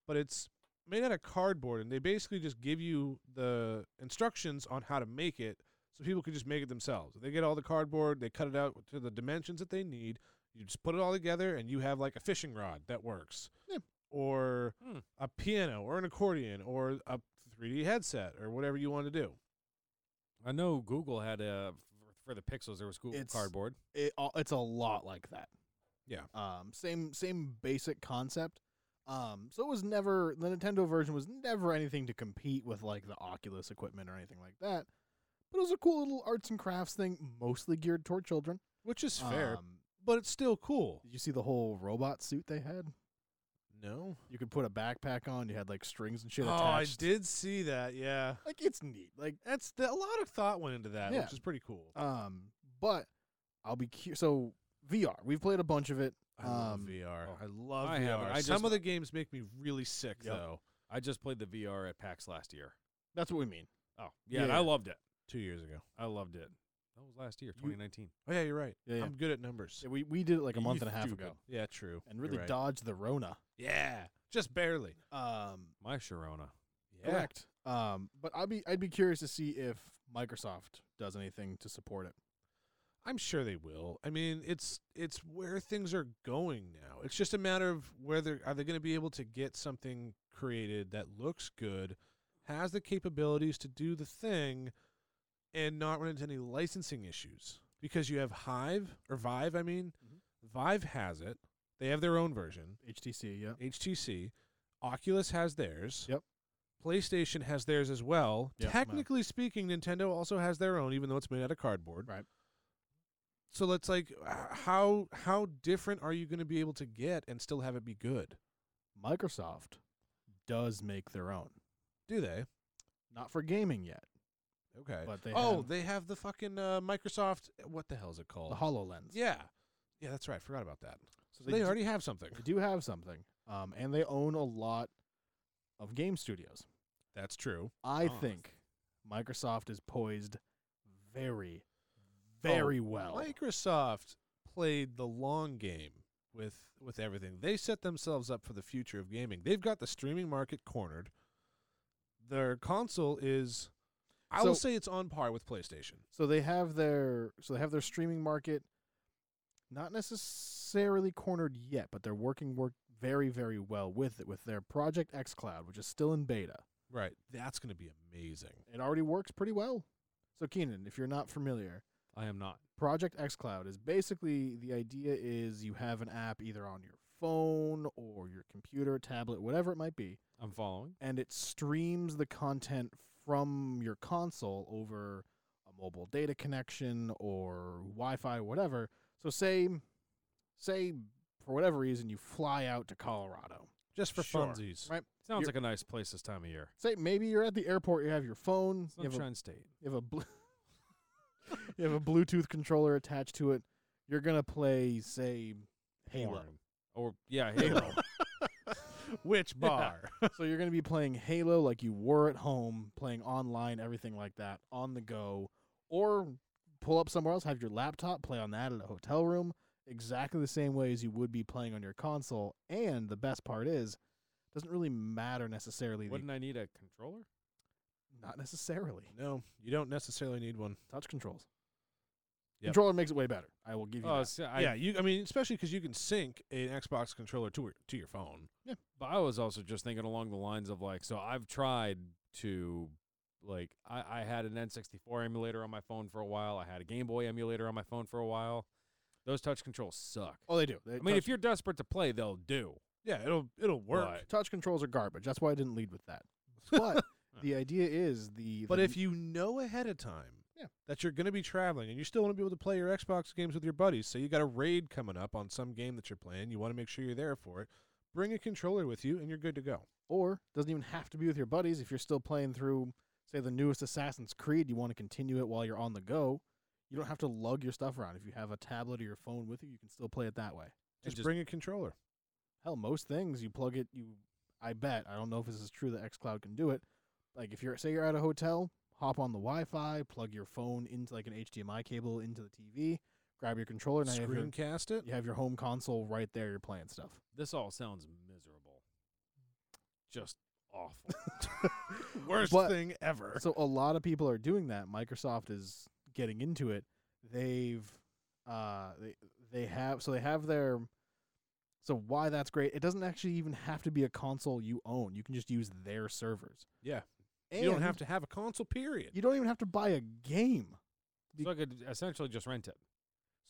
Speaker 1: but it's made out of cardboard, and they basically just give you the instructions on how to make it. so people could just make it themselves. They get all the cardboard, they cut it out to the dimensions that they need. You just put it all together, and you have like a fishing rod that works,
Speaker 3: Yeah.
Speaker 1: or
Speaker 2: Hmm.
Speaker 1: a piano, or an accordion, or a 3D headset, or whatever you want to do.
Speaker 2: I know Google had a for the Pixels. There was Google
Speaker 3: It's-
Speaker 2: Cardboard.
Speaker 3: it, all- it's a lot like that.
Speaker 1: Yeah.
Speaker 3: Um, same same basic concept. Um, so it was never the Nintendo version was never anything to compete with like the Oculus equipment or anything like that. But it was a cool little arts and crafts thing, mostly geared toward children.
Speaker 1: Which is fair,
Speaker 3: Um,
Speaker 1: but it's still cool.
Speaker 3: did you see the whole robot suit they had?
Speaker 1: No.
Speaker 3: You could put a backpack on. You had like strings and shit
Speaker 1: oh, I
Speaker 3: attached.
Speaker 1: did see that. Yeah,
Speaker 3: Like it's neat. Like
Speaker 1: that's the, a lot of thought went into that,
Speaker 3: Yeah.
Speaker 1: which is pretty cool.
Speaker 3: um, but I'll be cu- so VR. We've played a bunch of it.
Speaker 1: I love
Speaker 3: um,
Speaker 1: VR.
Speaker 2: oh,
Speaker 1: I love
Speaker 2: I haven't.
Speaker 1: VR.
Speaker 2: I
Speaker 1: Some
Speaker 2: just-
Speaker 1: of the games make me really sick
Speaker 3: Yep.
Speaker 1: though.
Speaker 2: I just played the VR at PAX last year.
Speaker 3: That's what we mean.
Speaker 2: Oh yeah, and I
Speaker 1: Yeah.
Speaker 2: loved it.
Speaker 1: Two years ago.
Speaker 2: I loved it. That was last year, 2019.
Speaker 1: Oh yeah, you're right.
Speaker 3: Yeah, yeah.
Speaker 1: I'm good at numbers.
Speaker 3: Yeah, we we did it like a
Speaker 2: You
Speaker 3: month and a half
Speaker 2: stupid.
Speaker 3: ago,
Speaker 1: Yeah, true.
Speaker 3: and
Speaker 1: You're
Speaker 3: really
Speaker 1: right.
Speaker 3: dodged the Rona.
Speaker 1: Yeah, just barely.
Speaker 3: Um,
Speaker 2: My Sharona.
Speaker 1: Yeah.
Speaker 3: Correct. Um, but I'd be I'd be curious to see if Microsoft does anything to support it.
Speaker 1: I'm sure they will. I mean, it's it's where things are going now. It's just a matter of whether are they going to be able to get something created that looks good, has the capabilities to do the thing, and not run into any licensing issues. Because you have Hive or Vive, I mean,
Speaker 3: Mhm.
Speaker 1: Vive has it. They have their own version.
Speaker 3: HTC, yeah.
Speaker 1: HTC. Oculus has theirs.
Speaker 3: Yep.
Speaker 1: PlayStation has theirs as well.
Speaker 3: Yep, well.
Speaker 1: Technically speaking, Nintendo also has their own, even though it's made out of cardboard.
Speaker 3: Right.
Speaker 1: So let's like, h- how how different are you going to be able to get and still have it be good?
Speaker 3: Microsoft does make their own.
Speaker 1: Do they?
Speaker 3: Not for gaming yet,
Speaker 1: Okay.
Speaker 3: but they
Speaker 1: oh,
Speaker 3: have
Speaker 1: they have the fucking uh, Microsoft. What the hell is it called?
Speaker 3: the HoloLens.
Speaker 1: yeah. Yeah, that's right. Forgot about that.
Speaker 3: So
Speaker 1: they already have something.
Speaker 3: do, they do have something. Um, and they own a lot of game studios.
Speaker 1: That's true.
Speaker 3: I
Speaker 2: Oh.
Speaker 3: think Microsoft is poised very very well.
Speaker 1: Oh, Microsoft played the long game with with everything. They set themselves up for the future of gaming. They've got the streaming market cornered. Their console is I will
Speaker 3: So-
Speaker 1: say it's on par with PlayStation.
Speaker 3: So they have their so they have their streaming market not necessarily cornered yet, but they're working work very very well with it with their Project X Cloud, which is still in beta.
Speaker 1: Right. That's going to be amazing.
Speaker 3: It already works pretty well. So Keenan, if you're not familiar,
Speaker 2: I am not.
Speaker 3: Project X Cloud is basically the idea is you have an app either on your phone or your computer, tablet, whatever it might be,
Speaker 2: I'm following.
Speaker 3: and it streams the content from your console over a mobile data connection or Wi-Fi, whatever. So say, say for whatever reason you fly out to Colorado.
Speaker 1: Just for
Speaker 3: Sure.
Speaker 1: funsies.
Speaker 3: Right.
Speaker 2: Sounds
Speaker 3: You're-
Speaker 2: like a nice place this time of year.
Speaker 3: Say maybe you're at the airport, you have your phone, you have, a,
Speaker 2: Sunshine State.
Speaker 3: you have a blu- *laughs* you have a Bluetooth controller attached to it. You're gonna play, say, Halo.
Speaker 2: Warren. Or yeah, Halo.
Speaker 3: *laughs*
Speaker 1: Which bar?
Speaker 3: so you're going to be playing Halo like you were at home, playing online, everything like that, on the go, or pull up somewhere else, have your laptop, play on that at a hotel room, exactly the same way as you would be playing on your console. And the best part is, doesn't really matter necessarily. the-
Speaker 2: Wouldn't I need a controller?
Speaker 3: *laughs* not necessarily.
Speaker 1: No, you don't necessarily need one.
Speaker 3: Touch controls.
Speaker 1: Yep.
Speaker 3: Controller makes it way better. I will give you
Speaker 2: Oh,
Speaker 3: that.
Speaker 2: so I,
Speaker 1: yeah, you I mean especially cuz you can sync an Xbox controller to your- to your phone.
Speaker 2: But I was also just thinking along the lines of like, so I've tried to, like, I, I had an N64 emulator on my phone for a while. I had a Game Boy emulator on my phone for a while. Those touch controls suck.
Speaker 3: Oh, they do. They
Speaker 2: I mean,
Speaker 3: touch,
Speaker 2: if you're desperate to play, they'll do.
Speaker 1: Yeah, it'll it'll work.
Speaker 3: touch controls are garbage. That's why I didn't lead with
Speaker 2: *laughs*
Speaker 3: that. But the idea is the.
Speaker 1: But
Speaker 3: the
Speaker 1: if you know ahead of time
Speaker 3: Yeah.
Speaker 1: that you're going to be traveling and you still want to be able to play your Xbox games with your buddies, say you got a raid coming up on some game that you're playing, you want to make sure you're there for it, bring a controller with you and you're good to go.
Speaker 3: or doesn't even have to be with your buddies if you're still playing through say the newest assassin's creed you want to continue it while you're on the go you don't have to lug your stuff around if you have a tablet or your phone with you you can still play it that way
Speaker 2: And
Speaker 1: Just,
Speaker 2: just-
Speaker 1: bring a controller.
Speaker 3: hell most things you plug it you i bet i don't know if this is true that xcloud can do it like if you're say you're at a hotel hop on the wi-fi plug your phone into like an hdmi cable into the tv grab your controller and now you have your,
Speaker 1: Screencast it.
Speaker 3: you have your home console right there you're playing stuff
Speaker 2: This all sounds miserable. Just awful.
Speaker 1: *laughs* Worst
Speaker 3: But-
Speaker 1: thing *laughs* ever.
Speaker 3: So a lot of people are doing that. Microsoft is getting into it. They've uh they they have so they have their so why that's great. It doesn't actually even have to be a console you own. You can just use their servers.
Speaker 1: Yeah.
Speaker 3: And
Speaker 1: you don't have to have a console, period.
Speaker 3: you don't even have to buy a game.
Speaker 2: so I *laughs* could essentially just rent it.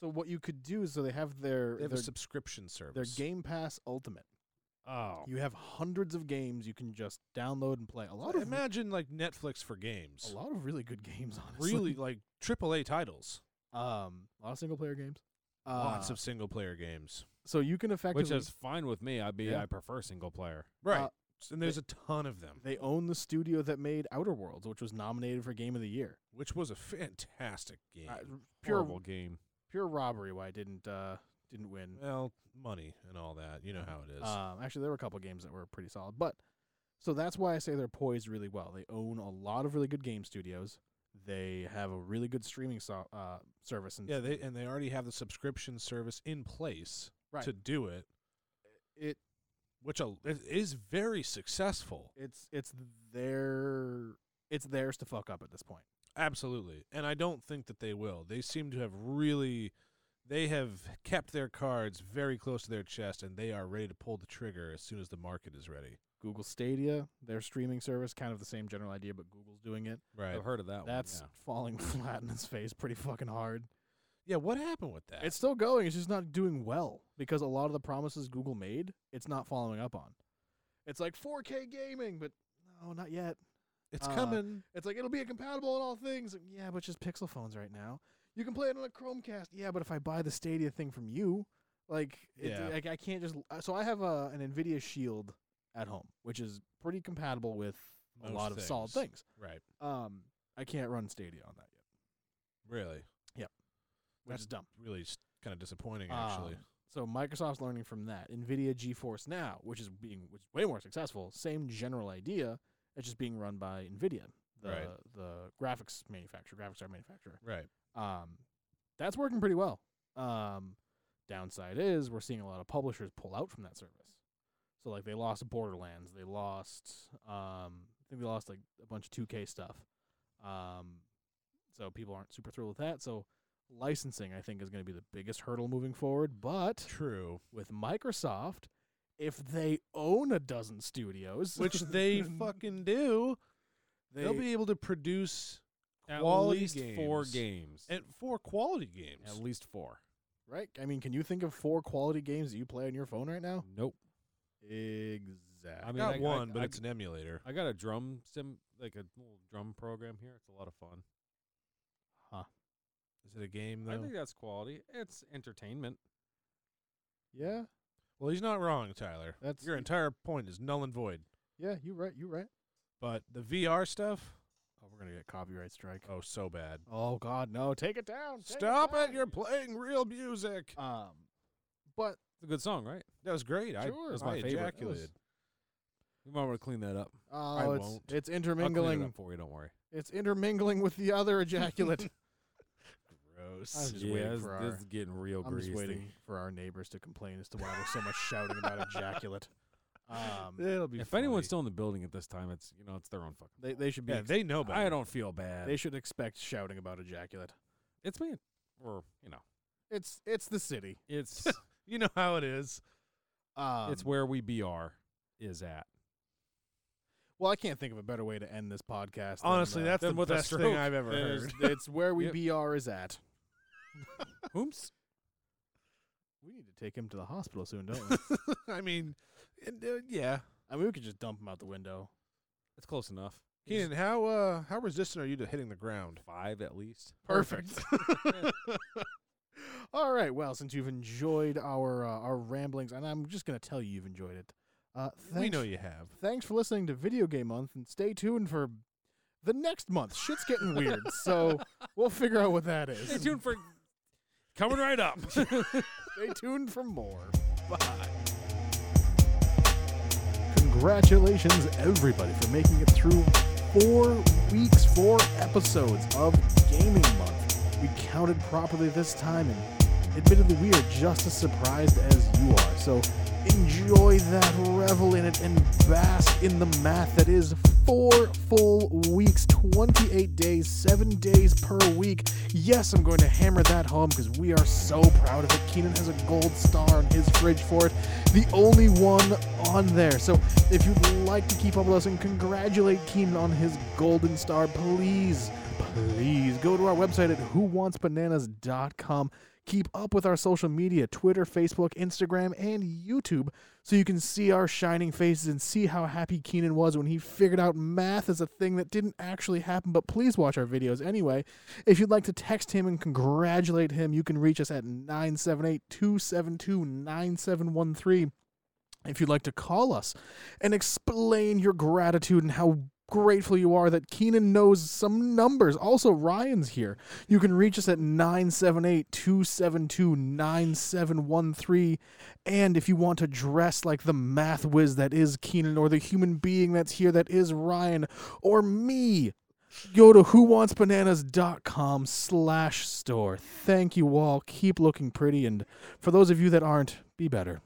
Speaker 3: So what you could do is so they have their
Speaker 1: They have
Speaker 3: their,
Speaker 1: a subscription
Speaker 3: their
Speaker 1: service.
Speaker 3: Game Pass Ultimate.
Speaker 2: Oh,
Speaker 3: You have hundreds of games you can just download and play. A lot of
Speaker 1: Imagine like Netflix for
Speaker 3: a
Speaker 1: games.
Speaker 3: lot of really good *laughs* games honestly.
Speaker 1: Really like AAA titles.
Speaker 3: um a lot of single player games. Uh,
Speaker 1: Lots of single player games.
Speaker 3: so you can effectively
Speaker 2: which is fine with me. I'd be
Speaker 3: Yeah.
Speaker 2: I prefer single player.
Speaker 1: Right.
Speaker 3: uh,
Speaker 1: and there's a ton of them,
Speaker 3: They own the studio that made Outer Worlds, which was nominated for Game of the Year.
Speaker 1: which was a fantastic game.
Speaker 3: Uh, pure
Speaker 2: Horrible game.
Speaker 3: pure robbery. Why it didn't uh, didn't win?
Speaker 1: well, money and all that. You know how it is.
Speaker 3: Um, actually, there were a couple games that were pretty solid, but so that's why I say they're poised really well. They own a lot of really good game studios. They have a really good streaming so- uh, service, and
Speaker 1: yeah, they and they already have the subscription service in place
Speaker 3: Right.
Speaker 1: to do it,
Speaker 3: it
Speaker 1: which a, it is very successful.
Speaker 3: it's it's their it's theirs to fuck up at this point.
Speaker 1: Absolutely. And I don't think that they will. They seem to have really they have kept their cards very close to their chest and they are ready to pull the trigger as soon as the market is ready.
Speaker 3: Google Stadia, their streaming service, kind of the same general idea, but Google's doing it.
Speaker 1: Right.
Speaker 2: I've heard of that.
Speaker 3: That's
Speaker 2: one,
Speaker 3: falling *laughs* flat in its face pretty fucking hard.
Speaker 1: Yeah, what happened with that?
Speaker 3: It's still going. It's just not doing well because a lot of the promises Google made, it's not following up on. It's like 4K gaming, but no, not yet.
Speaker 1: it's
Speaker 3: uh,
Speaker 1: coming.
Speaker 3: It's like it'll be compatible in all things. Yeah, but just Pixel phones right now. You can play it on a Chromecast. Yeah, but if I buy the Stadia thing from you, like, it,
Speaker 1: Yeah.
Speaker 3: like I can't just. uh, So I have a, an NVIDIA Shield at home, which is pretty compatible with a
Speaker 1: Most
Speaker 3: lot of solid
Speaker 1: things.
Speaker 3: things.
Speaker 1: Right.
Speaker 3: Um, I can't run Stadia on that yet,
Speaker 1: Really.
Speaker 3: which
Speaker 1: That's
Speaker 3: is dumb.
Speaker 1: Really kind of disappointing actually.
Speaker 3: Um, so Microsoft's learning from that. Nvidia GeForce Now, which is being which is way more successful, same general idea. It's just being run by Nvidia, the
Speaker 1: Right.
Speaker 3: the graphics manufacturer, graphics card manufacturer.
Speaker 1: right.
Speaker 3: Um, that's working pretty well. Um, downside is we're seeing a lot of publishers pull out from that service. So like they lost Borderlands, they lost um, I think they lost like a bunch of 2K stuff. Um, so people aren't super thrilled with that. So licensing I think is going to be the biggest hurdle moving forward. But
Speaker 1: True.
Speaker 3: with Microsoft, if they own a dozen
Speaker 1: *laughs*
Speaker 3: studios, *laughs*
Speaker 1: Which they fucking do, they, will be able to produce
Speaker 2: yeah. At
Speaker 1: quality
Speaker 2: least four
Speaker 1: games.
Speaker 2: games.
Speaker 1: and for quality games.
Speaker 2: At least four.
Speaker 3: right. I mean, can you think of four quality games that you play on your phone right now?
Speaker 2: Nope.
Speaker 3: Exactly.
Speaker 2: I mean,
Speaker 1: got
Speaker 2: I- I-
Speaker 1: one, but
Speaker 2: I-
Speaker 1: it's an emulator.
Speaker 2: I got a drum sim, like a little drum program here. It's a lot of fun.
Speaker 1: Is it a game
Speaker 2: I
Speaker 1: though?
Speaker 2: think that's quality. It's entertainment.
Speaker 3: Yeah,
Speaker 1: Well, he's not wrong, Tyler.
Speaker 3: that's
Speaker 1: Your entire point is null and void.
Speaker 3: yeah. You right. You right.
Speaker 1: But the VR stuff,
Speaker 3: Oh, we're gonna get copyright strike.
Speaker 1: oh, so bad.
Speaker 3: Oh God, no! Take it down. take
Speaker 1: Stop it!
Speaker 3: down.
Speaker 1: You're playing real music.
Speaker 3: um, but
Speaker 2: It's a good song, right?
Speaker 1: That was great. I,
Speaker 3: Sure.
Speaker 2: That's my
Speaker 1: I
Speaker 2: favorite. That
Speaker 1: ejaculated.
Speaker 2: You might want to clean that up.
Speaker 3: uh, it's
Speaker 1: won't.
Speaker 3: it's
Speaker 2: I'll clean it
Speaker 3: intermingling.
Speaker 2: up for you. Don't worry.
Speaker 3: It's intermingling with the *laughs* other ejaculate.
Speaker 1: Gross.
Speaker 3: I'm just waiting
Speaker 2: this,
Speaker 3: for
Speaker 2: this
Speaker 3: our-
Speaker 2: is getting real
Speaker 3: I'm
Speaker 2: greasy.
Speaker 3: just waiting for our neighbors to complain as to why there's so much shouting about
Speaker 1: *laughs*
Speaker 3: ejaculate. Um,
Speaker 1: *laughs* It'll be
Speaker 2: If
Speaker 1: funny.
Speaker 2: anyone's still in the building at this time, it's you know it's their own fucking.
Speaker 3: they they should be.
Speaker 1: yeah, they know better.
Speaker 2: I don't feel bad.
Speaker 3: they should expect shouting about ejaculate.
Speaker 2: it's me, or you know,
Speaker 3: It's it's the city.
Speaker 2: *laughs* it's
Speaker 1: you know how it is.
Speaker 3: Um,
Speaker 2: it's where we br is at.
Speaker 3: well, I can't think of a better way to end this podcast. than,
Speaker 1: Honestly,
Speaker 3: uh,
Speaker 1: that's the
Speaker 2: then with a
Speaker 1: best thing
Speaker 2: stroke,
Speaker 1: I've ever
Speaker 2: there's-
Speaker 1: heard. *laughs*
Speaker 3: it's where we
Speaker 2: Yep.
Speaker 3: br is at.
Speaker 2: Oops.
Speaker 3: We need to take him to the hospital
Speaker 1: *laughs*
Speaker 3: soon, don't we?
Speaker 1: I mean, and, uh, yeah.
Speaker 3: I mean, we could just dump him out the window.
Speaker 2: It's close enough.
Speaker 1: Keenan, how uh, how resistant are you to hitting the ground?
Speaker 2: Five at least.
Speaker 3: Perfect. *laughs* All right. Well, since you've enjoyed our uh, our ramblings, and I'm just gonna tell you you've enjoyed it. Uh, thanks,
Speaker 1: We know you have.
Speaker 3: Thanks for listening to Video Game Month, and stay tuned for the next month. Shit's getting weird, so we'll figure out what that is.
Speaker 2: Stay tuned for coming right *laughs* up.
Speaker 3: Stay tuned for more. Bye. Congratulations, everybody, for making it through four weeks, four episodes of Gaming Month. We counted properly this time, and admittedly, we are just as surprised as you are. So Enjoy that, revel in it, and bask in the math that is four full weeks, 28 days, seven days per week. Yes, I'm going to hammer that home because we are so proud of it. Keenan has a gold star on his fridge for it, the only one on there. So if you'd like to keep up with us and congratulate Keenan on his golden star, please, please go to our website at whowantsbananas.com. Keep up with our social media Twitter, Facebook, Instagram, and YouTube so you can see our shining faces and see how happy Keenan was when he figured out math is a thing that didn't actually happen. But please watch our videos anyway. If you'd like to text him and congratulate him, you can reach us at 978 272 9713. If you'd like to call us and explain your gratitude and how grateful you are that Keenan knows some numbers, also Ryan's here. You can reach us at 978 272 9713. And if you want to dress like the math whiz that is Keenan, or the human being that's here that is Ryan, or me, go to whowantsbananas.com slash store. Thank you all. Keep looking pretty. And for those of you that aren't, be better.